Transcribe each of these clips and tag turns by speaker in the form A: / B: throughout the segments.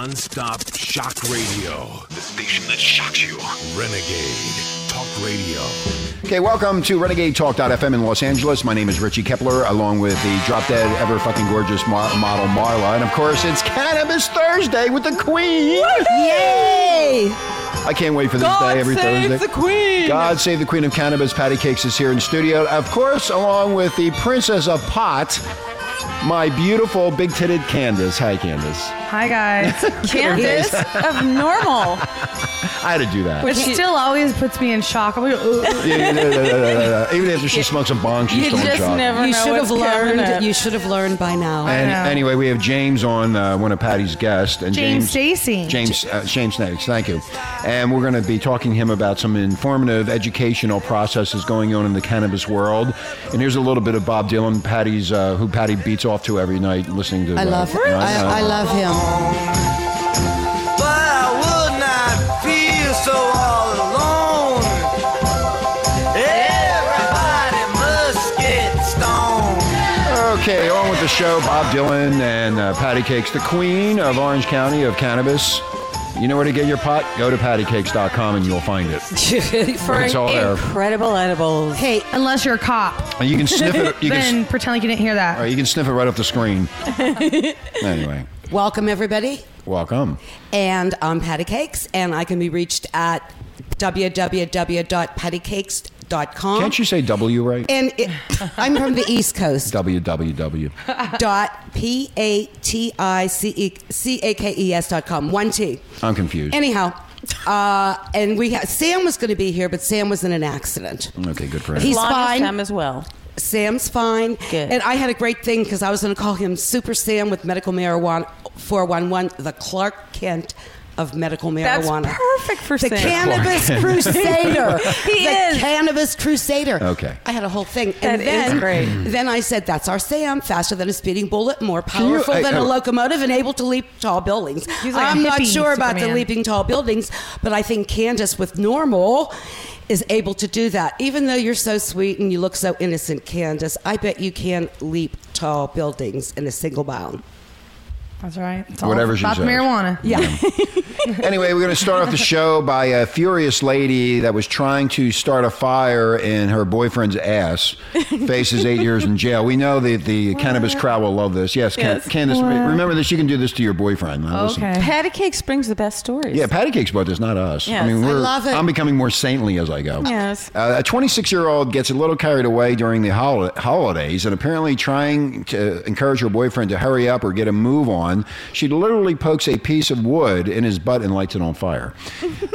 A: Non-stop shock radio.
B: The station that shocks you.
A: Renegade Talk Radio.
C: Okay, welcome to Renegade Talk.fm in Los Angeles. My name is Richie Kepler, along with the drop dead, ever fucking gorgeous mo- model Marla. And of course, it's Cannabis Thursday with the Queen.
D: Yay!
C: I can't wait for this
D: God
C: day every
D: save
C: Thursday.
D: the Queen!
C: God save the Queen of Cannabis. Patty Cakes is here in studio. Of course, along with the Princess of Pot, my beautiful big titted Candace. Hi, Candace.
E: Hi guys.
D: Candace of normal.
C: I had to do that.
E: Which still always puts me in shock. I'm like, "Ugh, ugh."
C: Yeah, yeah, yeah, yeah, yeah, yeah. Uh, Even after she smoked some bong, she's
D: You
C: still in
D: just
C: shock.
D: never
E: You
D: know
E: should
D: what's
E: have learned-
D: coming up.
E: you
F: should have learned by now.
C: And
E: know.
C: anyway, we have James on, uh, one of Patty's guests, and
E: James
C: James
E: Stacy.
C: James uh, James Snakes, thank you. And we're going to be talking to him about some informative educational processes going on in the cannabis world. And here's a little bit of Bob Dylan, Patty's uh, who Patty beats off to every night, listening to.
F: I
C: uh,
F: love him.
C: you know, uh,
F: I, I love him.
G: but I would not feel so all alone. Everybody must get stoned.
C: Okay, on with the show. Bob Dylan and uh, Patty Cakes, the queen of Orange County of cannabis. You know where to get your pot? Go to pattycakes.com and you'll find it.
D: for
C: It's all there.
F: Incredible edibles.
E: Hey, unless you're a cop,
C: And you can sniff it. You can,
E: then
C: s-
E: pretend like you didn't hear that.
C: all right, you can sniff it right off the screen. anyway,
F: Welcome, everybody.
C: welcome.
F: And I'm Patty Cakes, and I can be reached at www.pattycakes.com.
C: Can't you say W right?
F: And it, I'm from the East Coast.
C: WWW.
F: dot P A T I C E C A K E S dot com. One T.
C: I'm confused.
F: Anyhow. Uh, and we ha- Sam was going to be here, but Sam was in an accident.
C: okay, good for him.
F: He's
D: Lon is
F: fine.
D: dumb as well.
F: Sam's fine.
D: Good.
F: And I had a great thing because I was going to call him Super Sam with medical marijuana 411, the Clark Kent of medical
D: That's
F: marijuana.
D: perfect for
F: the
D: Sam.
F: cannabis crusader.
D: He
F: the
D: is.
F: cannabis crusader.
C: Okay.
F: I had a whole thing.
D: That
F: and
D: is
F: then,
D: great.
F: Then I said, "That's our Sam, faster than a speeding bullet, more
C: you-
F: powerful
C: I-
F: than
C: I-
F: a locomotive, and able to leap tall buildings."
E: He's like "Oh, a
F: I'm not
E: hippie
F: sure about the
E: Superman.
F: leaping tall buildings, but I think Candace with normal is able to do that. Even though you're so sweet and you look so innocent, Candace, I bet you can leap tall buildings in a single bound.
E: That's right. It's
C: Whatever she
E: about the
C: says.
E: marijuana.
F: Yeah.
C: anyway, we're going to start off the show by a furious lady that was trying to start a fire in her boyfriend's ass. Faces eight years in jail. We know that the cannabis crowd will love this. Yes, Can-
D: Yes.
C: Candace, remember that she can do this to your boyfriend. Now, listen.
E: Okay.
D: Patty Cakes brings the best stories.
C: Yeah, Patty Cakes brought this, not us.
D: Yes,
C: I mean,
D: I
C: we're,
F: love it.
C: I'm becoming more saintly as I go.
D: Yes.
C: Uh, a 26 year old gets a little carried away during the hol- holidays and apparently trying to encourage her boyfriend to hurry up or get a move on, she literally pokes a piece of wood in his butt and lights it on fire.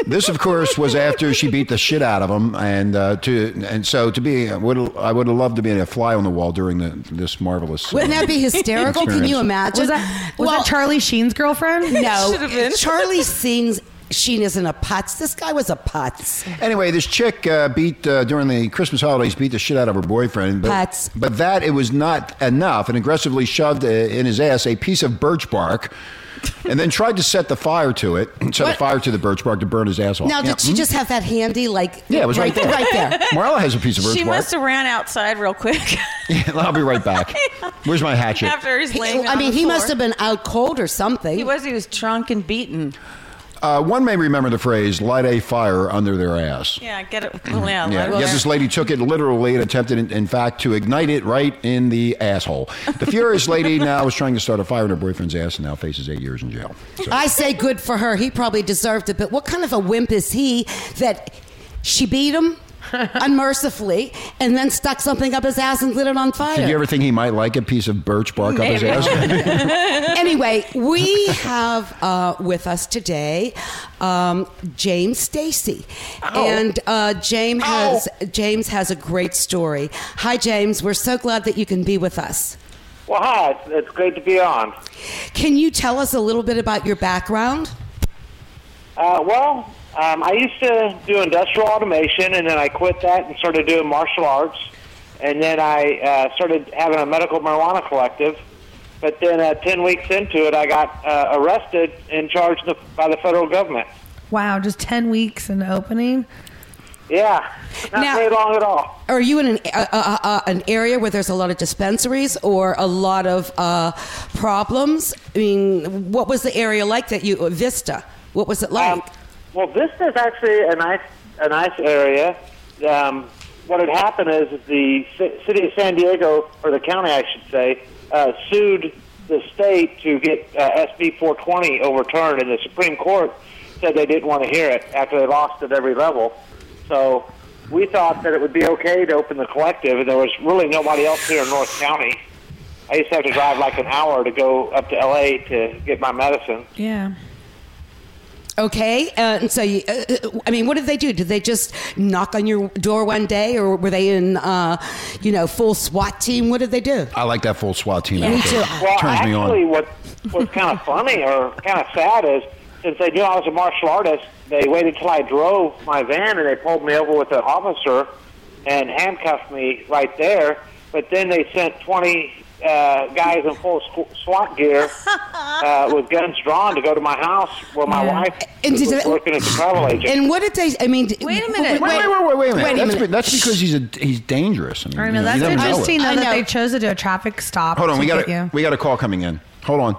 C: this, of course, was after she beat the shit out of him. And uh, to and so to be, would, I would have loved to be a fly on the wall during the, this marvelous. uh,
F: Wouldn't that be hysterical? Can you
C: Experience.
F: imagine?
E: Was that was
F: Well,
E: that Charlie Sheen's girlfriend?
F: No,
D: Should have been.
F: Charlie sings. Sheen isn't a putz. This guy was a putz.
C: Anyway, this chick uh, beat uh, during the Christmas holidays beat the shit out of her boyfriend, but
F: Pats.
C: but that it was not enough, and aggressively shoved uh, in his ass a piece of birch bark, and then tried to set the fire to it, set the
F: What?
C: fire to the birch bark to burn his ass off.
F: Now,
C: Yeah. hmm?
F: did she just have that handy? Like,
C: Yeah, it was right there.
F: right there.
C: Marla has a piece of birch
D: She
C: bark.
D: must have ran outside real quick
C: I'll be right back. Where's my hatchet?
D: after he's laying.
F: I
D: on
F: mean,
D: the
F: he
D: floor.
F: must have been out cold or something.
D: He was. He was drunk and beaten.
C: Uh, one may remember the phrase "light a fire under their ass."
D: Yeah, get it. Well, yeah,
C: Yeah,
D: let it
C: yet
D: go.
C: this lady took it literally and attempted, in, in fact, to ignite it right in the asshole. The furious lady now is trying to start a fire in her boyfriend's ass and now faces eight years in jail. So,
F: I say good for her. He probably deserved it. But what kind of a wimp is he that she beat him unmercifully and then stuck something up his ass and lit it on fire?
C: did you ever think he might like a piece of birch bark
D: Maybe.
C: up his ass?
F: anyway, we have uh, with us today um, James Stacy,
C: Oh.
F: and uh, James has James has a great story. Hi, James. We're so glad that you can be with us.
H: Well, hi. It's, it's great to be on.
F: Can you tell us a little bit about your background?
H: Uh, well, um, I used to do industrial automation, and then I quit that and started doing martial arts. And then I uh, started having a medical marijuana collective. But then, uh, 10 weeks into it, I got uh, arrested and charged the, by the federal government.
E: Wow, just ten weeks in the opening.
H: Yeah, not
F: Now-
H: paid long at all.
F: Are you in an uh, uh, uh, an area where there's a lot of dispensaries or a lot of uh, problems? I mean, what was the area like that you uh, Vista? What was it like?
H: Um, well, this is actually a nice, a nice area. Um, what had happened is the ci- city of San Diego, or the county, I should say, uh, sued the state to get uh, SB 420 overturned, and the Supreme Court said they didn't want to hear it after they lost at every level. So we thought that it would be okay to open the collective, and there was really nobody else here in North County. I used to have to drive like an hour to go up to LA to get my medicine.
E: Yeah.
F: okay, uh, and so you, uh, uh, I mean, what did they do? Did they just knock on your door one day, or were they in uh, you know full SWAT team? What did they do?
C: I like that full SWAT team.
F: Me
C: outfit.
F: too.
H: Well,
C: Turns me
H: actually,
C: on.
H: what what's kind of funny or kind of sad is since they knew I was a martial artist, they waited till I drove my van and they pulled me over with an officer and handcuffed me right there. But then they sent twenty uh, guys in full squ- SWAT gear uh, with guns drawn to go to my house where my
E: Yeah.
H: wife
F: And did
H: was
F: they-
H: working as a travel agent.
F: And what did they? I mean, d-
D: Wait a minute.
C: Wait, wait, wait, wait, wait a minute.
F: Wait a
C: that's,
F: minute.
C: be- that's because he's a, he's dangerous. I mean,
E: I
C: you
E: know.
C: know,
E: That's
C: you never know it.
E: interesting,
F: I
E: though, that
F: know.
E: they chose to do a traffic stop.
C: Hold on, we
E: to
C: got
E: get you.
C: a, we got a call coming in. Hold on.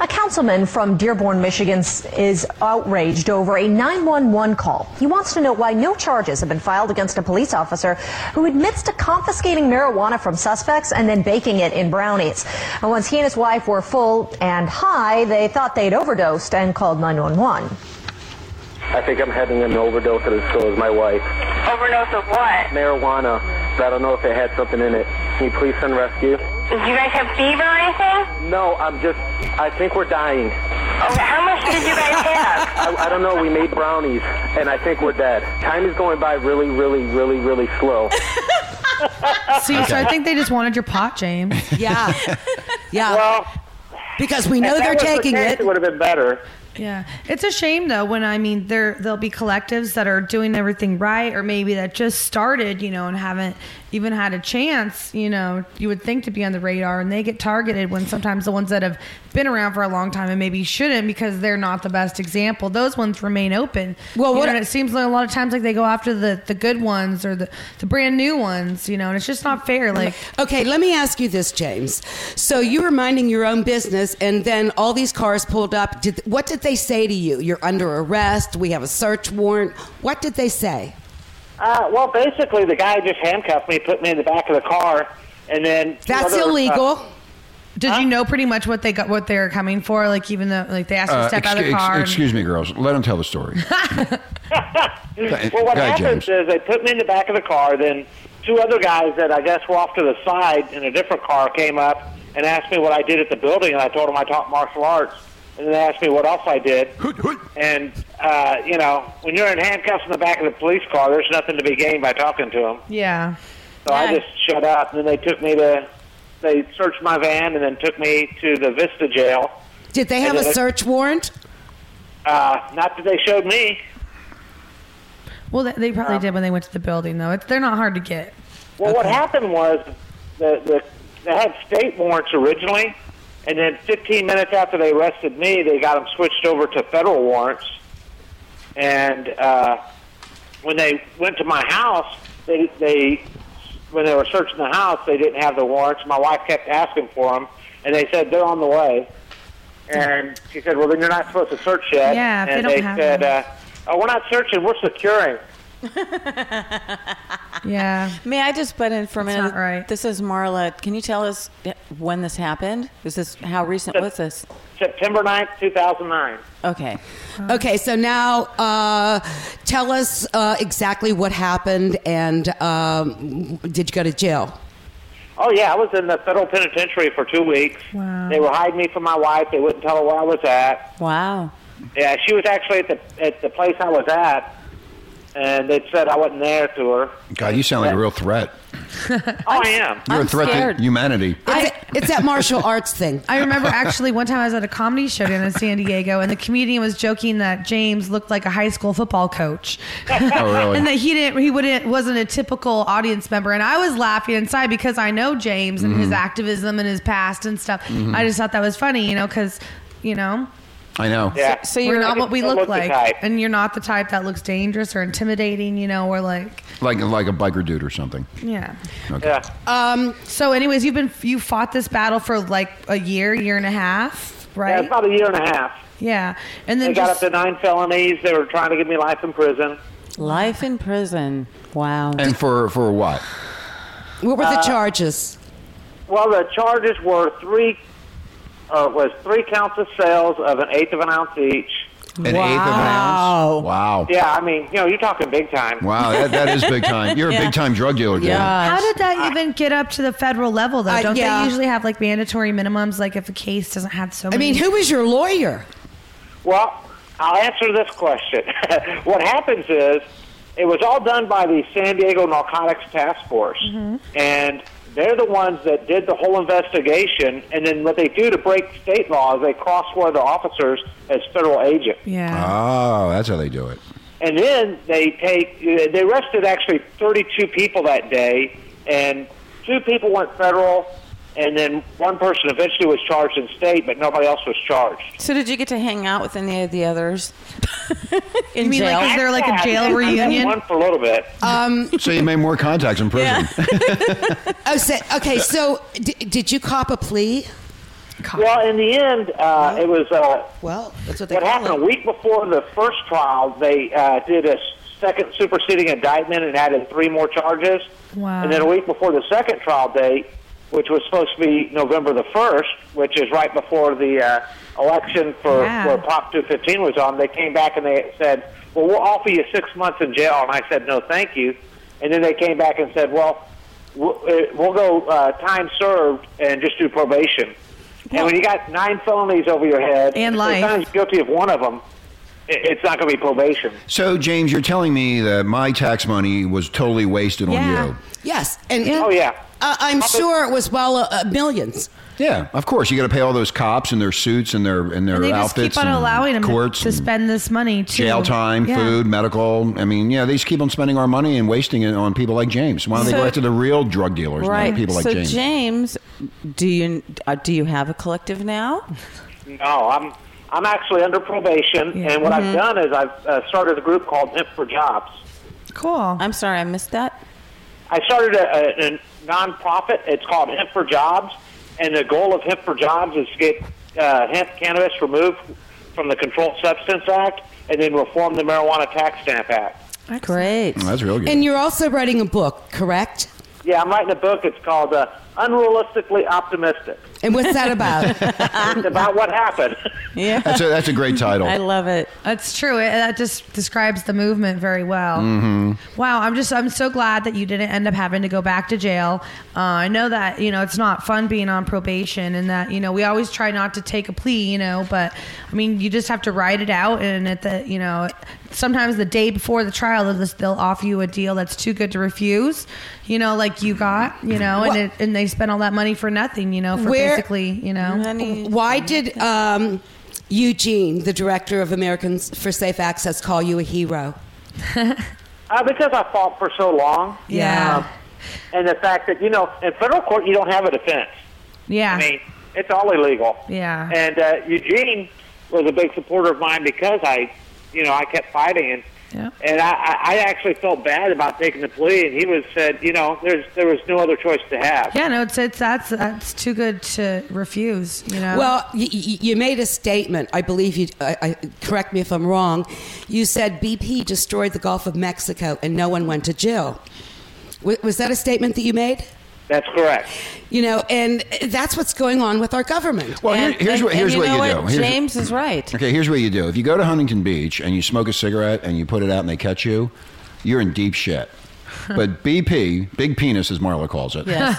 I: A councilman from Dearborn, Michigan s- is outraged over a 911 call. He wants to know why no charges have been filed against a police officer who admits to confiscating marijuana from suspects and then baking it in brownies. And once he and his wife were full and high, they thought they'd overdosed and called 911.
J: I think I'm having an overdose at the store with my wife.
K: Overdose of what?
J: Marijuana, but I don't know if it had something in it. Can you please send rescue?
K: Did you guys have fever or anything?
J: No, I'm just, I think we're dying.
K: Okay, how much did you guys have?
J: I, I don't know, we made brownies, and I think we're dead. Time is going by really, really, really, really slow.
E: So, you- so I think they just wanted your pot, James.
F: yeah, yeah,
H: well,
F: because we
H: if
F: know
H: that
F: they're
H: was the
F: taking
H: case,
F: it.
H: It would have been better.
E: Yeah, it's a shame though. When I mean, there there'll be collectives that are doing everything right, or maybe that just started, you know, and haven't even had a chance. You know, you would think to be on the radar, and they get targeted when sometimes the ones that have been around for a long time and maybe shouldn't because they're not the best example. Those ones remain open.
F: Well,
E: You
F: what-
E: know, and it seems like a lot of times like they go after the the good ones or the the brand new ones, you know, and it's just not fair. Like
F: Okay, let me ask you this, James. So you were minding your own business, and then all these cars pulled up. Did, what did they say to you? You're under arrest. We have a search warrant. What did they say?
H: Uh, well, basically, the guy just handcuffed me, put me in the back of the car, and then two
F: That's
H: other, uh,
F: illegal.
E: did you know pretty much what they got, what they're coming for? Like even though like they asked you to
C: Uh,
E: step out of the
C: ex- ex-
E: car. and-
C: excuse me, girls. Let him tell the story.
H: Well, what
C: Go ahead,
H: happens
C: James.
H: is they put me in the back of the car. Then two other guys that I guess were off to the side in a different car came up and asked me what I did at the building, and I told them I taught martial arts. And they asked me what else I did. And uh, you know, when you're in handcuffs in the back of the police car, there's nothing to be gained by talking to them.
E: yeah.
H: So I
D: Yeah.
H: just shut up. And then they took me to, they searched my van and then took me to the Vista jail.
F: Did they have
H: I
F: a
H: did it.
F: search warrant?
H: Uh, not that they showed me.
E: Well, they, they probably did when they went to the building, though. It's, they're not hard to get.
H: Well, what happened was the, the they had state warrants originally, and then 15 minutes after they arrested me, they got them switched over to federal warrants. And uh, when they went to my house, they they when they were searching the house, they didn't have the warrants. My wife kept asking for them, and they said they're on the way. And she said, "Well, then you're not supposed to search yet."
E: Yeah, if they
H: and
E: don't
H: they
E: have
H: said,
E: them.
H: uh, "Oh, we're not searching. We're securing."
E: Yeah.
D: May I just butt in for a
E: That's
D: minute?
E: not right.
D: This is Marla. Can you tell us eh, when this happened? Is this how recent was this?
H: September 9th, 2009.
D: Okay. Uh-huh.
F: Okay, so now uh, tell us uh, exactly what happened, and um, did you go to jail?
H: Oh yeah, I was in the federal penitentiary for two weeks.
E: Wow.
H: They were hiding me from my wife. They wouldn't tell her where I was at.
D: Wow.
H: Yeah, she was actually at the at the place I was at, and they said I wasn't there to her.
C: God, you sound like a real threat.
H: Oh, I am.
C: You're
D: I'm
C: a threat
D: scared.
C: to humanity.
F: It's, it's that martial arts thing.
E: I remember actually one time I was at a comedy show down in San Diego, and the comedian was joking that James looked like a high school football coach,
C: Oh, really?
E: and that he didn't, he wouldn't, wasn't a typical audience member. And I was laughing inside because I know James and his activism and his past and stuff. I just thought that was funny, you know, because you know.
C: I know.
H: Yeah.
E: So you're not what we
H: Don't
E: look
H: look the type.
E: like, and you're not the type that looks dangerous or intimidating. You know, we're like,
C: Like like a biker dude or something.
E: yeah.
C: Okay.
H: Yeah.
E: Um. So, anyways, you've been you fought this battle for like a year, year and a half,
H: Yeah,
E: right?
H: about a year and a half.
E: Yeah. And
H: They
E: then
H: got up
E: just,
H: to nine felonies. They were trying to give me life in prison.
D: Life in prison. Wow.
C: And for for what?
F: What were the charges?
H: Well, the charges were three uh, was three counts of sales of an eighth of an ounce each.
C: An eighth of an ounce. Wow.
H: Yeah, I mean, you know, you're talking big time.
C: Wow, that, that is big time. You're a big time drug dealer, Gary.
E: how did that even get up to the federal level though?
F: Uh,
E: Don't
F: yeah.
E: they usually have like mandatory minimums? Like if a case doesn't have so
F: I
E: many.
F: mean, who was your lawyer?
H: Well, I'll answer this question. what happens is it was all done by the San Diego Narcotics Task Force,
E: Mm-hmm.
H: and they're the ones that did the whole investigation. And then what they do to break state law is they cross swear the officers as federal agents.
E: Yeah.
C: Oh, that's how they do it.
H: And then they take they arrested actually 32 people that day, and two people went federal, and then one person eventually was charged in state, but nobody else was charged.
D: So did you get to hang out with any of the others in
E: You mean
D: jail?
E: like is there like a
H: I
E: jail
H: did
E: reunion?
H: One for a little bit.
C: So you made more contacts in prison.
F: Oh, so, okay, so d- did you cop a plea?
H: well, in the end, uh, it was uh,
F: Well, that's what they
H: what
F: call
H: happened
F: it.
H: a week before the first trial. They uh, did a second superseding indictment and added three more charges.
E: Wow.
H: And then a week before the second trial date, which was supposed to be November the first, which is right before the uh, election for
E: Yeah.
H: where Prop 215 was on, they came back and they said, "Well, we'll offer you six months in jail." And I said, "No, thank you." And then they came back and said, "Well, we'll, uh, we'll go uh, time served and just do probation." and when you got nine felonies over your head
E: And
H: if
E: life.
H: you're found guilty of one of them, it's not going to be probation.
C: so James, you're telling me that my tax money was totally wasted
E: Yeah.
C: on you.
F: Yes, and
H: Oh yeah.
F: uh, I'm sure it was well uh, uh, millions.
C: Yeah, of course. You got to pay all those cops and their suits and their and their
E: And they just
C: outfits.
E: keep on
C: and
E: allowing them to,
C: courts
E: to
C: and
E: spend this money too.
C: jail time,
E: Yeah.
C: food, medical. I mean, yeah, they just keep on spending our money and wasting it on people like James. Why don't they
D: So-
C: go after the real drug dealers,
D: right.
C: not people like
D: so
C: James?
D: James, do you uh, do you have a collective now?
H: No, I'm I'm actually under probation,
E: Yeah. Mm-hmm.
H: and what I've done is I've uh, started a group called Hemp for Jobs.
E: Cool.
D: I'm sorry, I missed that.
H: I started a, a, a nonprofit. It's called Hemp for Jobs, and the goal of Hemp for Jobs is to get uh, hemp cannabis removed from the Controlled Substance Act, and then reform the Marijuana Tax Stamp Act.
D: Great.
C: Well, that's real good.
F: And you're also writing a book, correct?
H: Yeah, I'm writing a book. It's called uh, Unrealistically Optimistic.
F: And what's that about?
H: It's about what happened.
D: Yeah.
C: that's a, that's a great title.
D: I love it.
E: That's true. It, that just describes the movement very well. Wow, I'm just I'm so glad that you didn't end up having to go back to jail. Uh, I know that you know it's not fun being on probation, and that you know we always try not to take a plea, you know. But I mean, you just have to ride it out, and at the you know sometimes the day before the trial, they'll just they'll offer you a deal that's too good to refuse, you know, like you got, you know,
F: Well-
E: and it, and they spent all that money for nothing, you know, for
F: Where- Mm-hmm.
E: basically, you know,
D: Honey.
F: Why did um, Eugene, the director of Americans for Safe Access, call you a hero?
H: Uh, because I fought for so long.
E: Yeah.
H: Um, and the fact that, you know, in federal court, you don't have a defense.
E: yeah,
H: I mean, it's all illegal.
E: Yeah.
H: And uh, Eugene was a big supporter of mine because I, you know, I kept fighting. And,
E: Yeah.
H: and I, I I actually felt bad about taking the plea. And he was said, you know, there's there was no other choice to have.
E: Yeah, no, it's it's that's that's too good to refuse. You know.
F: Well, y- y- you made a statement. I believe you. I, I, correct me if I'm wrong. You said BP destroyed the Gulf of Mexico and no one went to jail. W- was that a statement that you made?
H: That's correct.
F: You know, and that's what's going on with our government.
C: well, here-
D: And-
C: here's
D: and-
C: what
D: and
C: here's
D: you
C: what
D: know
C: you do. Here's-
D: Oh, James is right.
C: Okay, here's what you do. If you go to Huntington Beach and you smoke a cigarette and you put it out and they catch you, you're in deep shit. But BP, big penis as Marla calls it,
D: Yes.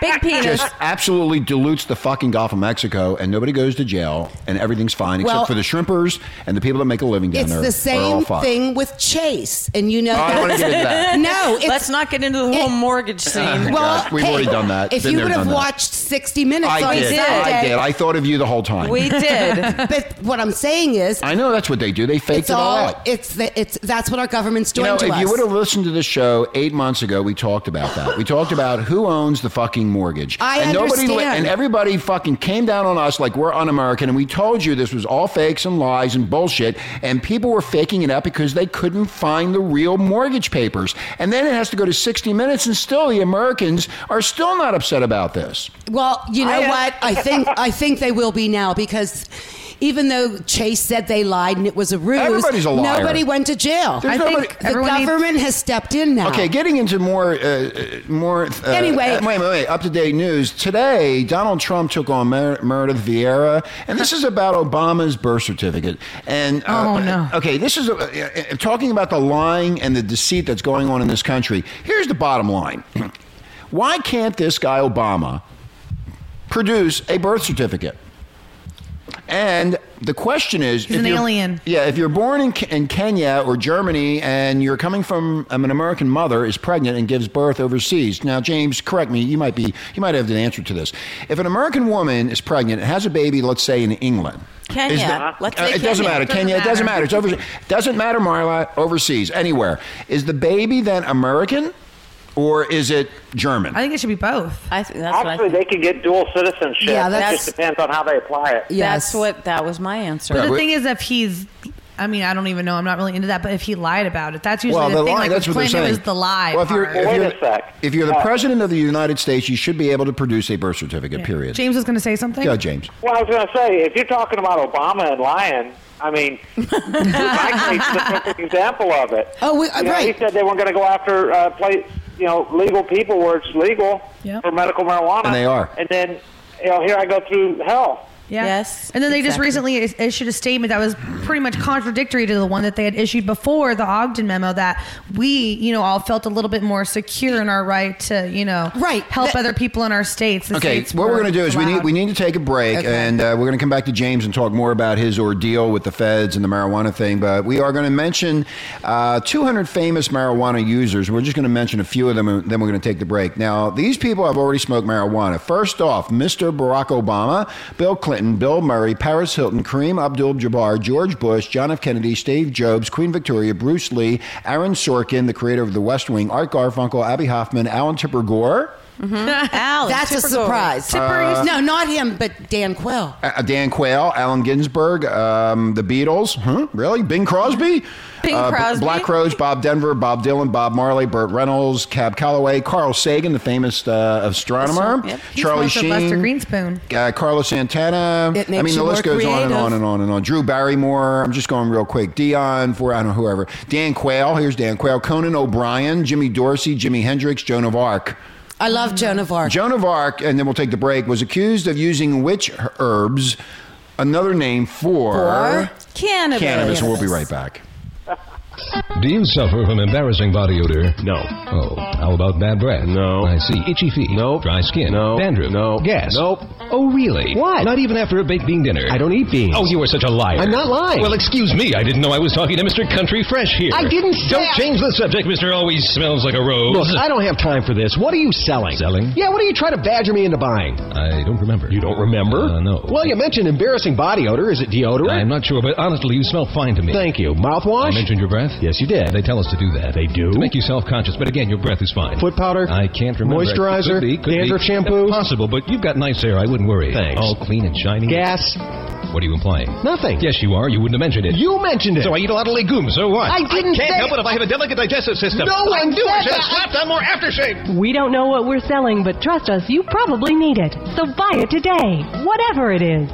D: Big penis.
C: just absolutely dilutes the fucking Gulf of Mexico and nobody goes to jail and everything's fine except
F: Well-
C: for the shrimpers and the people that make a living down
F: It's
C: there.
F: the
C: are all
F: same
C: fucked.
F: thing with Chase, and you know.
C: Oh, I don't wanna get into that.
F: No, it's,
D: Let's not get into the whole
F: it-
D: mortgage scene.
C: Well, Oh Gosh, we've already done that.
F: If
C: Been
F: you
C: there,
F: would have
C: done that.
F: watched 60 Minutes on
C: I did.
F: Saturday,
C: I did. I thought of you the whole time.
D: we did.
F: but what I'm saying is,
C: I know that's what they do. They faked
F: it's
C: it all
F: all
C: out.
F: it's the, it's that's what our government's
C: You
F: doing
C: know,
F: to
C: if
F: us.
C: you would have listened to the show eight months ago, we talked about that. We talked about who owns the fucking mortgage.
F: I
C: and nobody li-
F: understand.
C: and everybody fucking came down on us like we're un-American, and we told you this was all fakes and lies and bullshit. And people were faking it up because they couldn't find the real mortgage papers. And then it has to go to 60 Minutes, and still the Americans are still not upset about this.
F: Well, you know what? I think I think they will be now because even though Chase said they lied and it was a ruse,
C: Everybody's a liar.
F: nobody went to jail.
C: There's
F: I
C: nobody-
F: think the government has stepped in now.
C: Okay, getting into more, uh, uh, more. Uh,
F: Anyway.
C: uh, wait, wait, wait. Up to date news today. Donald Trump took on Mer- Meredith Vieira, and this is about Obama's birth certificate. And uh,
E: Oh, no.
C: Okay, this is uh, uh, uh, talking about the lying and the deceit that's going on in this country. Here's the bottom line: Why can't this guy Obama produce a birth certificate? And the question is,
E: He's
C: if
E: an
C: you're-
E: alien.
C: Yeah, if you're born in, Ke- in Kenya or Germany and you're coming from um, an American mother is pregnant and gives birth overseas. Now, James, correct me. You might be you might have an answer to this. If an American woman is pregnant and has a baby, let's say in England. is
D: Kenya.
C: that-
D: Let's
C: uh,
D: say
C: it doesn't
D: Kenya.
C: matter.
D: Doesn't
C: Kenya. It doesn't matter.
D: matter.
C: It's over. Doesn't matter, Marla. Overseas, anywhere. Is the baby then American, or is it German?
E: I think it should be both.
D: I th- that's what I
H: Actually,
D: think.
H: they can get dual citizenship.
F: Yeah,
H: It
D: that's-
H: just depends on how they apply it.
F: Yes.
D: That's what that was my answer.
E: But
C: Yeah,
E: the
C: we-
E: thing is, if he's, I mean, I don't even know. I'm not really into that. But if he lied about it, that's usually
C: well,
E: the,
C: the
E: thing.
C: lie,
E: like
C: that's
E: with
C: what they're saying.
E: Clinton, it was the lie.
C: Well, if you're,
E: part.
C: if
H: Wait
C: you're,
H: a sec.
C: if you're the
H: Uh,
C: president of the United States, you should be able to produce a birth certificate,
E: Yeah.
C: period.
E: James was going to say something.
C: Yeah, James.
H: Well, I was going to say, if you're talking about Obama and lying, I mean, Mike the perfect example of it.
F: Oh, we-
H: You know,
F: right.
H: He said they weren't going to go after uh, play, you know, legal people where it's legal
E: Yep.
H: for medical marijuana,
C: And they are.
H: And then, you know, here I go through hell.
E: Yeah.
D: Yes,
E: And then they just
D: exactly.
E: recently is- issued a statement that was pretty much contradictory to the one that they had issued before the Ogden memo that we, you know, all felt a little bit more secure in our right to, you know,
F: Right.
E: help
F: That-
E: other people in our states. The
C: Okay,
E: states
C: what we're
E: were
C: going to do is we need
E: allowed.
C: we need to take a break,
F: Okay.
C: and uh, we're going to come back to James and talk more about his ordeal with the feds and the marijuana thing. But we are going to mention uh, 200 famous marijuana users. We're just going to mention a few of them, and then we're going to take the break. Now, these people have already smoked marijuana. First off, Mr. Barack Obama, Bill Clinton, Bill Murray, Paris Hilton, Kareem Abdul-Jabbar, George Bush, John F. Kennedy, Steve Jobs, Queen Victoria, Bruce Lee, Aaron Sorkin, the creator of The West Wing, Art Garfunkel, Abby Hoffman, Alan Tipper Gore.
D: Al,
F: That's a
D: Tipper Gore.
F: surprise. no, not him, but Dan Quayle.
C: Uh, Dan Quayle, Allen Ginsberg, um, the Beatles, huh? Really? Bing Crosby? Uh,
D: Bing
C: B-
D: Crosby.
C: Black Rose, Bob Denver, Bob Dylan, Bob Marley, Burt Reynolds, Cab Calloway, Carl Sagan, the famous uh, astronomer,
D: Astro- yep.
E: He
C: Charlie
E: smoked with Lester
C: Sheen,
E: Greenspoon.
C: uh, Carlos Santana.
F: It
C: I
F: makes
C: mean, the
F: you
C: list
F: more
C: goes on and
F: creative.
C: on and on and on. Drew Barrymore. I'm just going real quick. Dion for I don't know whoever. Dan Quayle. Here's Dan Quayle. Conan O'Brien, Jimmy Dorsey, Jimi Hendrix, Joan of Arc.
F: I love Joan of Arc.
C: Joan of Arc, and then we'll take the break, was accused of using witch herbs, another name for,
F: For
D: Cannabis.
C: cannabis. And we'll be right back.
L: Do you suffer from embarrassing body odor? No. Oh, how about bad breath? No. I see. Itchy feet? Nope. Dry skin? No. Dandruff? No. Gas? Nope. Oh, really? What? Not even after a baked bean dinner? I don't eat beans. Oh, you are such a liar. I'm not lying. Well, excuse me. I didn't know I was talking to Mr. Country Fresh here. I didn't say Don't change the subject, Mr. Always Smells Like a Rose. Look, I don't have time for this. What are you selling? Selling? Yeah, what are you trying to badger me into buying? I don't remember. You don't remember? Uh, no. Well, you mentioned embarrassing body odor. Is it deodorant? I'm not sure, but honestly, you smell fine to me. Thank you. Mouthwash? I mentioned your breath? Yes, you did. They tell us to do that. They do? To make you self-conscious, but again, your breath is fine. Foot powder? I can't remember. Moisturizer? Could be, could dandruff be. shampoo? Possible, but you've got nice hair. I wouldn't worry. Thanks. All clean and shiny. Gas? What are you implying? Nothing. Yes, you are. You wouldn't have mentioned it. You mentioned it. So I eat a lot of legumes. So what? I didn't can't help it if I have a delicate digestive system. No one I knew I should have slapped on more aftershave.
M: We don't know what we're selling, but trust us, you probably need it. So buy it today, whatever it is.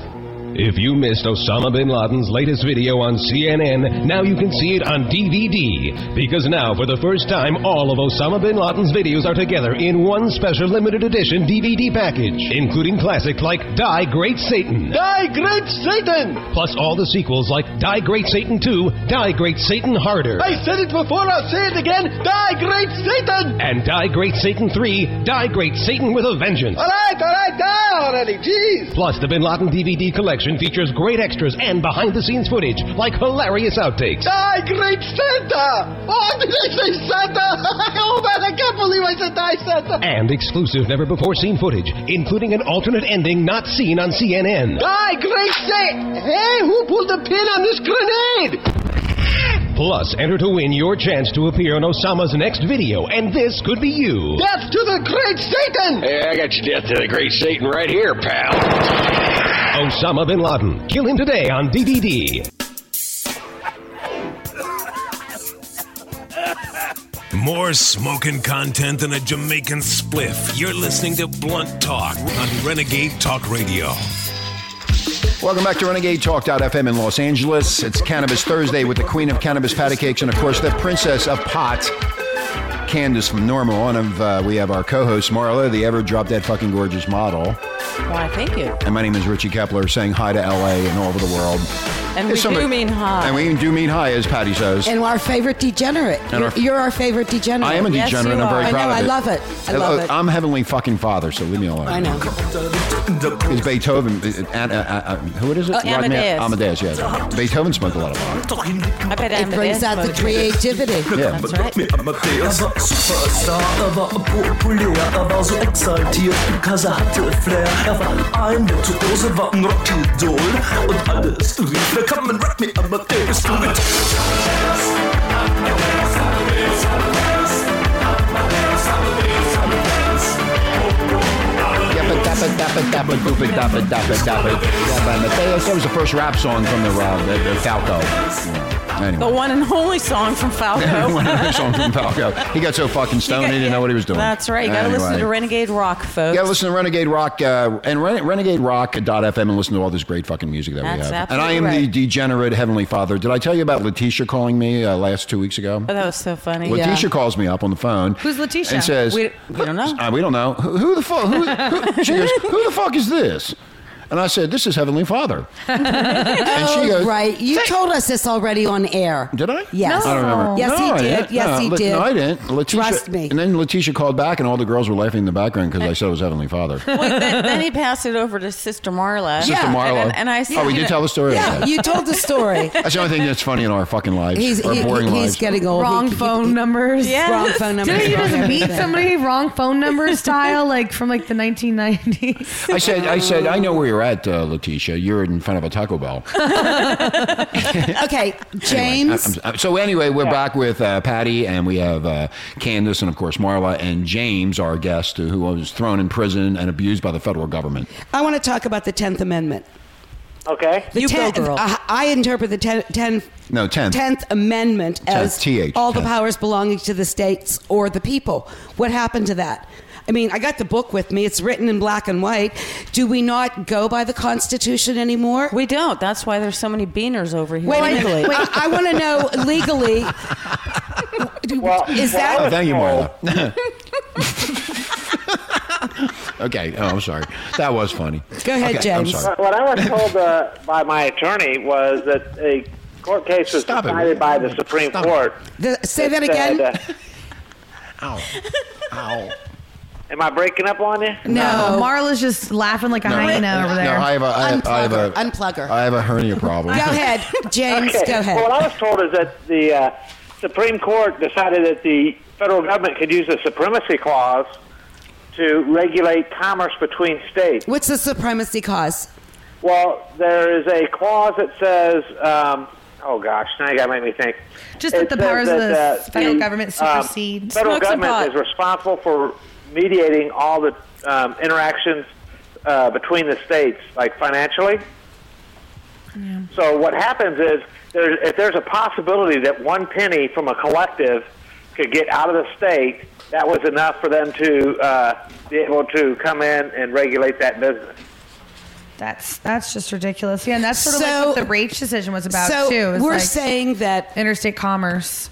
L: If you missed Osama bin Laden's latest video on CNN, now you can see it on DVD. Because now, for the first time, all of Osama bin Laden's videos are together in one special limited edition DVD package, including classics like Die Great Satan. Die Great Satan! Plus all the sequels like Die Great Satan 2, Die Great Satan Harder. I said it before, I'll say it again. Die Great Satan! And Die Great Satan 3, Die Great Satan with a Vengeance. All right, all right, die already, jeez! Plus, the Bin Laden DVD collection features great extras and behind-the-scenes footage, like hilarious outtakes. Die Great Santa! Oh, did I say Santa? oh man, I can't believe I said Die Santa! And exclusive never-before-seen footage, including an alternate ending not seen on CNN. Die Great Satan! Hey, who pulled the pin on this grenade? Plus, enter to win your chance to appear on Osama's next video, and this could be you.
N: Death to the great Satan!
B: Hey, I got your death to the great Satan right here, pal.
L: Osama bin Laden. Kill him today on DVD.
A: More smoking content than a Jamaican spliff. You're listening to Blunt Talk on Renegade Talk Radio.
C: Welcome back to Renegade Talk.fm in Los Angeles. It's Cannabis Thursday with the Queen of Cannabis Patty Cakes and, of course, the Princess of Pot, Candace from Normal. And of, uh, we have our co host, Marla, the ever drop dead fucking gorgeous model.
D: Why, thank you.
C: And my name is Richie Kepler saying hi to LA and all over the world.
D: And we
C: It's somebody-
D: do mean hi.
C: And we do mean hi, as Patty says.
F: And our favorite degenerate.
C: our-
F: You're, you're our favorite degenerate.
C: I am a degenerate. and I'm very proud
F: I know.
C: of
F: I
C: it.
F: love it. I love it.
C: am heavenly fucking father, so leave me alone.
F: I know.
C: Is Beethoven? uh, uh, uh, uh, who it is? It?
D: Uh,
C: Rodman-
D: Amadeus.
C: Amadeus. Yeah. Beethoven smoked a lot of pot.
D: I bet
F: It brings out the creativity.
C: Yeah.
D: That's right.
O: Er war Superstar, er war populär, er war so exaltiert, because er hatte Flair. Er war ein Virtuose, war ein Rockidol und alles rief, willkommen, rock me, Amadeus, du mit.
C: That was the first rap song from the, uh, the, the Falco. Yeah. Anyway.
D: The one and only song from Falco.
C: One of the songs from Falco. He got so fucking stoned he didn't know what he was doing.
D: That's right. You gotta listen
C: Anyway.
D: to Renegade Rock,
C: You
D: folks.
C: gotta listen to Renegade Rock uh, and Ren- Renegade Rock.fm and listen to all this great fucking music that
D: That's
C: we have. And
D: absolutely
C: I am the
D: right.
C: degenerate Heavenly Father. Did I tell you about Letitia calling me uh, last two weeks ago?
D: Oh, that was so funny.
C: Letitia calls me up on the phone.
D: Who's Letitia?
C: And says,
D: We- we don't know.
C: Uh, we don't know. Who, who the fuck? Who, who, she goes, who the fuck is this? And I said, this is Heavenly Father. and she goes,
F: Oh, right. You told us this already on air.
C: Did I?
F: Yes.
C: I don't remember.
F: Yes,
C: No, I
F: he did.
C: didn't.
F: Yes,
C: no,
F: he
C: Le-
F: did.
C: No, I didn't. Letitia,
F: Trust me.
C: And then Letitia called back, and all the girls were laughing in the background because I said it was Heavenly Father.
D: Wait, then, then he passed it over to Sister Marla.
C: Sister Marla.
D: And, and I said,
C: Oh, we did tell the story?
F: Yeah,
C: Okay.
F: you told the story.
C: That's the only thing that's funny in our fucking lives.
F: He's,
C: our
F: he-
C: boring
F: he-
C: lives.
F: he's getting old.
E: Wrong
F: He- he-
E: phone
F: he-
E: numbers.
D: Yes.
F: Wrong phone numbers.
E: Didn't you
F: Wrong
E: just
F: everything.
E: meet somebody wrong phone number style, like from like the 1990s?
C: I said, I said, I know where you're at, uh, Letitia. You're in front of a Taco Bell.
F: Okay,
C: Anyway,
F: James.
C: I- I'm- so anyway, we're back with uh, Patty, and we have uh, Candace, and of course Marla and James, our guest, uh, who was thrown in prison and abused by the federal government.
F: I want to talk about the Tenth Amendment.
H: Okay.
F: The
D: You go,
F: ten-
D: girl.
F: I, I interpret the ten, ten,
C: No, tenth.
F: Tenth Amendment as
C: Tenth, TH,
F: all the
C: tenth.
F: powers belonging to the states or the people. What happened to that? I mean, I got the book with me. It's written in black and white. Do we not go by the Constitution anymore?
D: We don't. That's why there's so many beaners over here.
F: Wait, wait,
D: legally.
F: I, want to know legally. do- is that
C: Oh, thank you, Marla. okay, oh, I'm sorry. That was funny.
F: Go ahead,
C: okay, I'm
F: James.
C: sorry.
H: What I was told uh, by my attorney was that a court case was
C: Stop it.
H: decided by the Supreme Court.
F: the, say that
H: It said,
F: again?
H: uh,
C: Ow. Ow.
H: am I breaking up on you?
E: No, Marla's just laughing like a hyena over there.
C: No, I have a, I have, I have a,
F: Unplug her. Unplug her.
C: I have a hernia problem.
F: Go ahead, James.
H: Okay.
F: Go ahead.
H: Well, what I was told is that the uh, Supreme Court decided that the federal government could use the supremacy clause to regulate commerce between states.
F: What's the supremacy cause?
H: Well, there is a clause that says, um, "Oh gosh, now you got to make me think."
E: Just that
H: It
E: the
H: says
E: powers of
H: that,
E: the
H: uh,
E: federal government
H: um,
E: supersede.
H: federal
E: Smokes and
H: government
E: pot.
H: is responsible for mediating all the um, interactions uh, between the states, like financially. So what happens is, there, if there's a possibility that one penny from a collective could get out of the state, that was enough for them to uh, be able to come in and regulate that business.
E: That's that's just ridiculous. Yeah, and that's sort of
F: So-
E: like what the Raich decision was about
F: so
E: too. It's
F: we're
E: like
F: saying that
E: interstate commerce.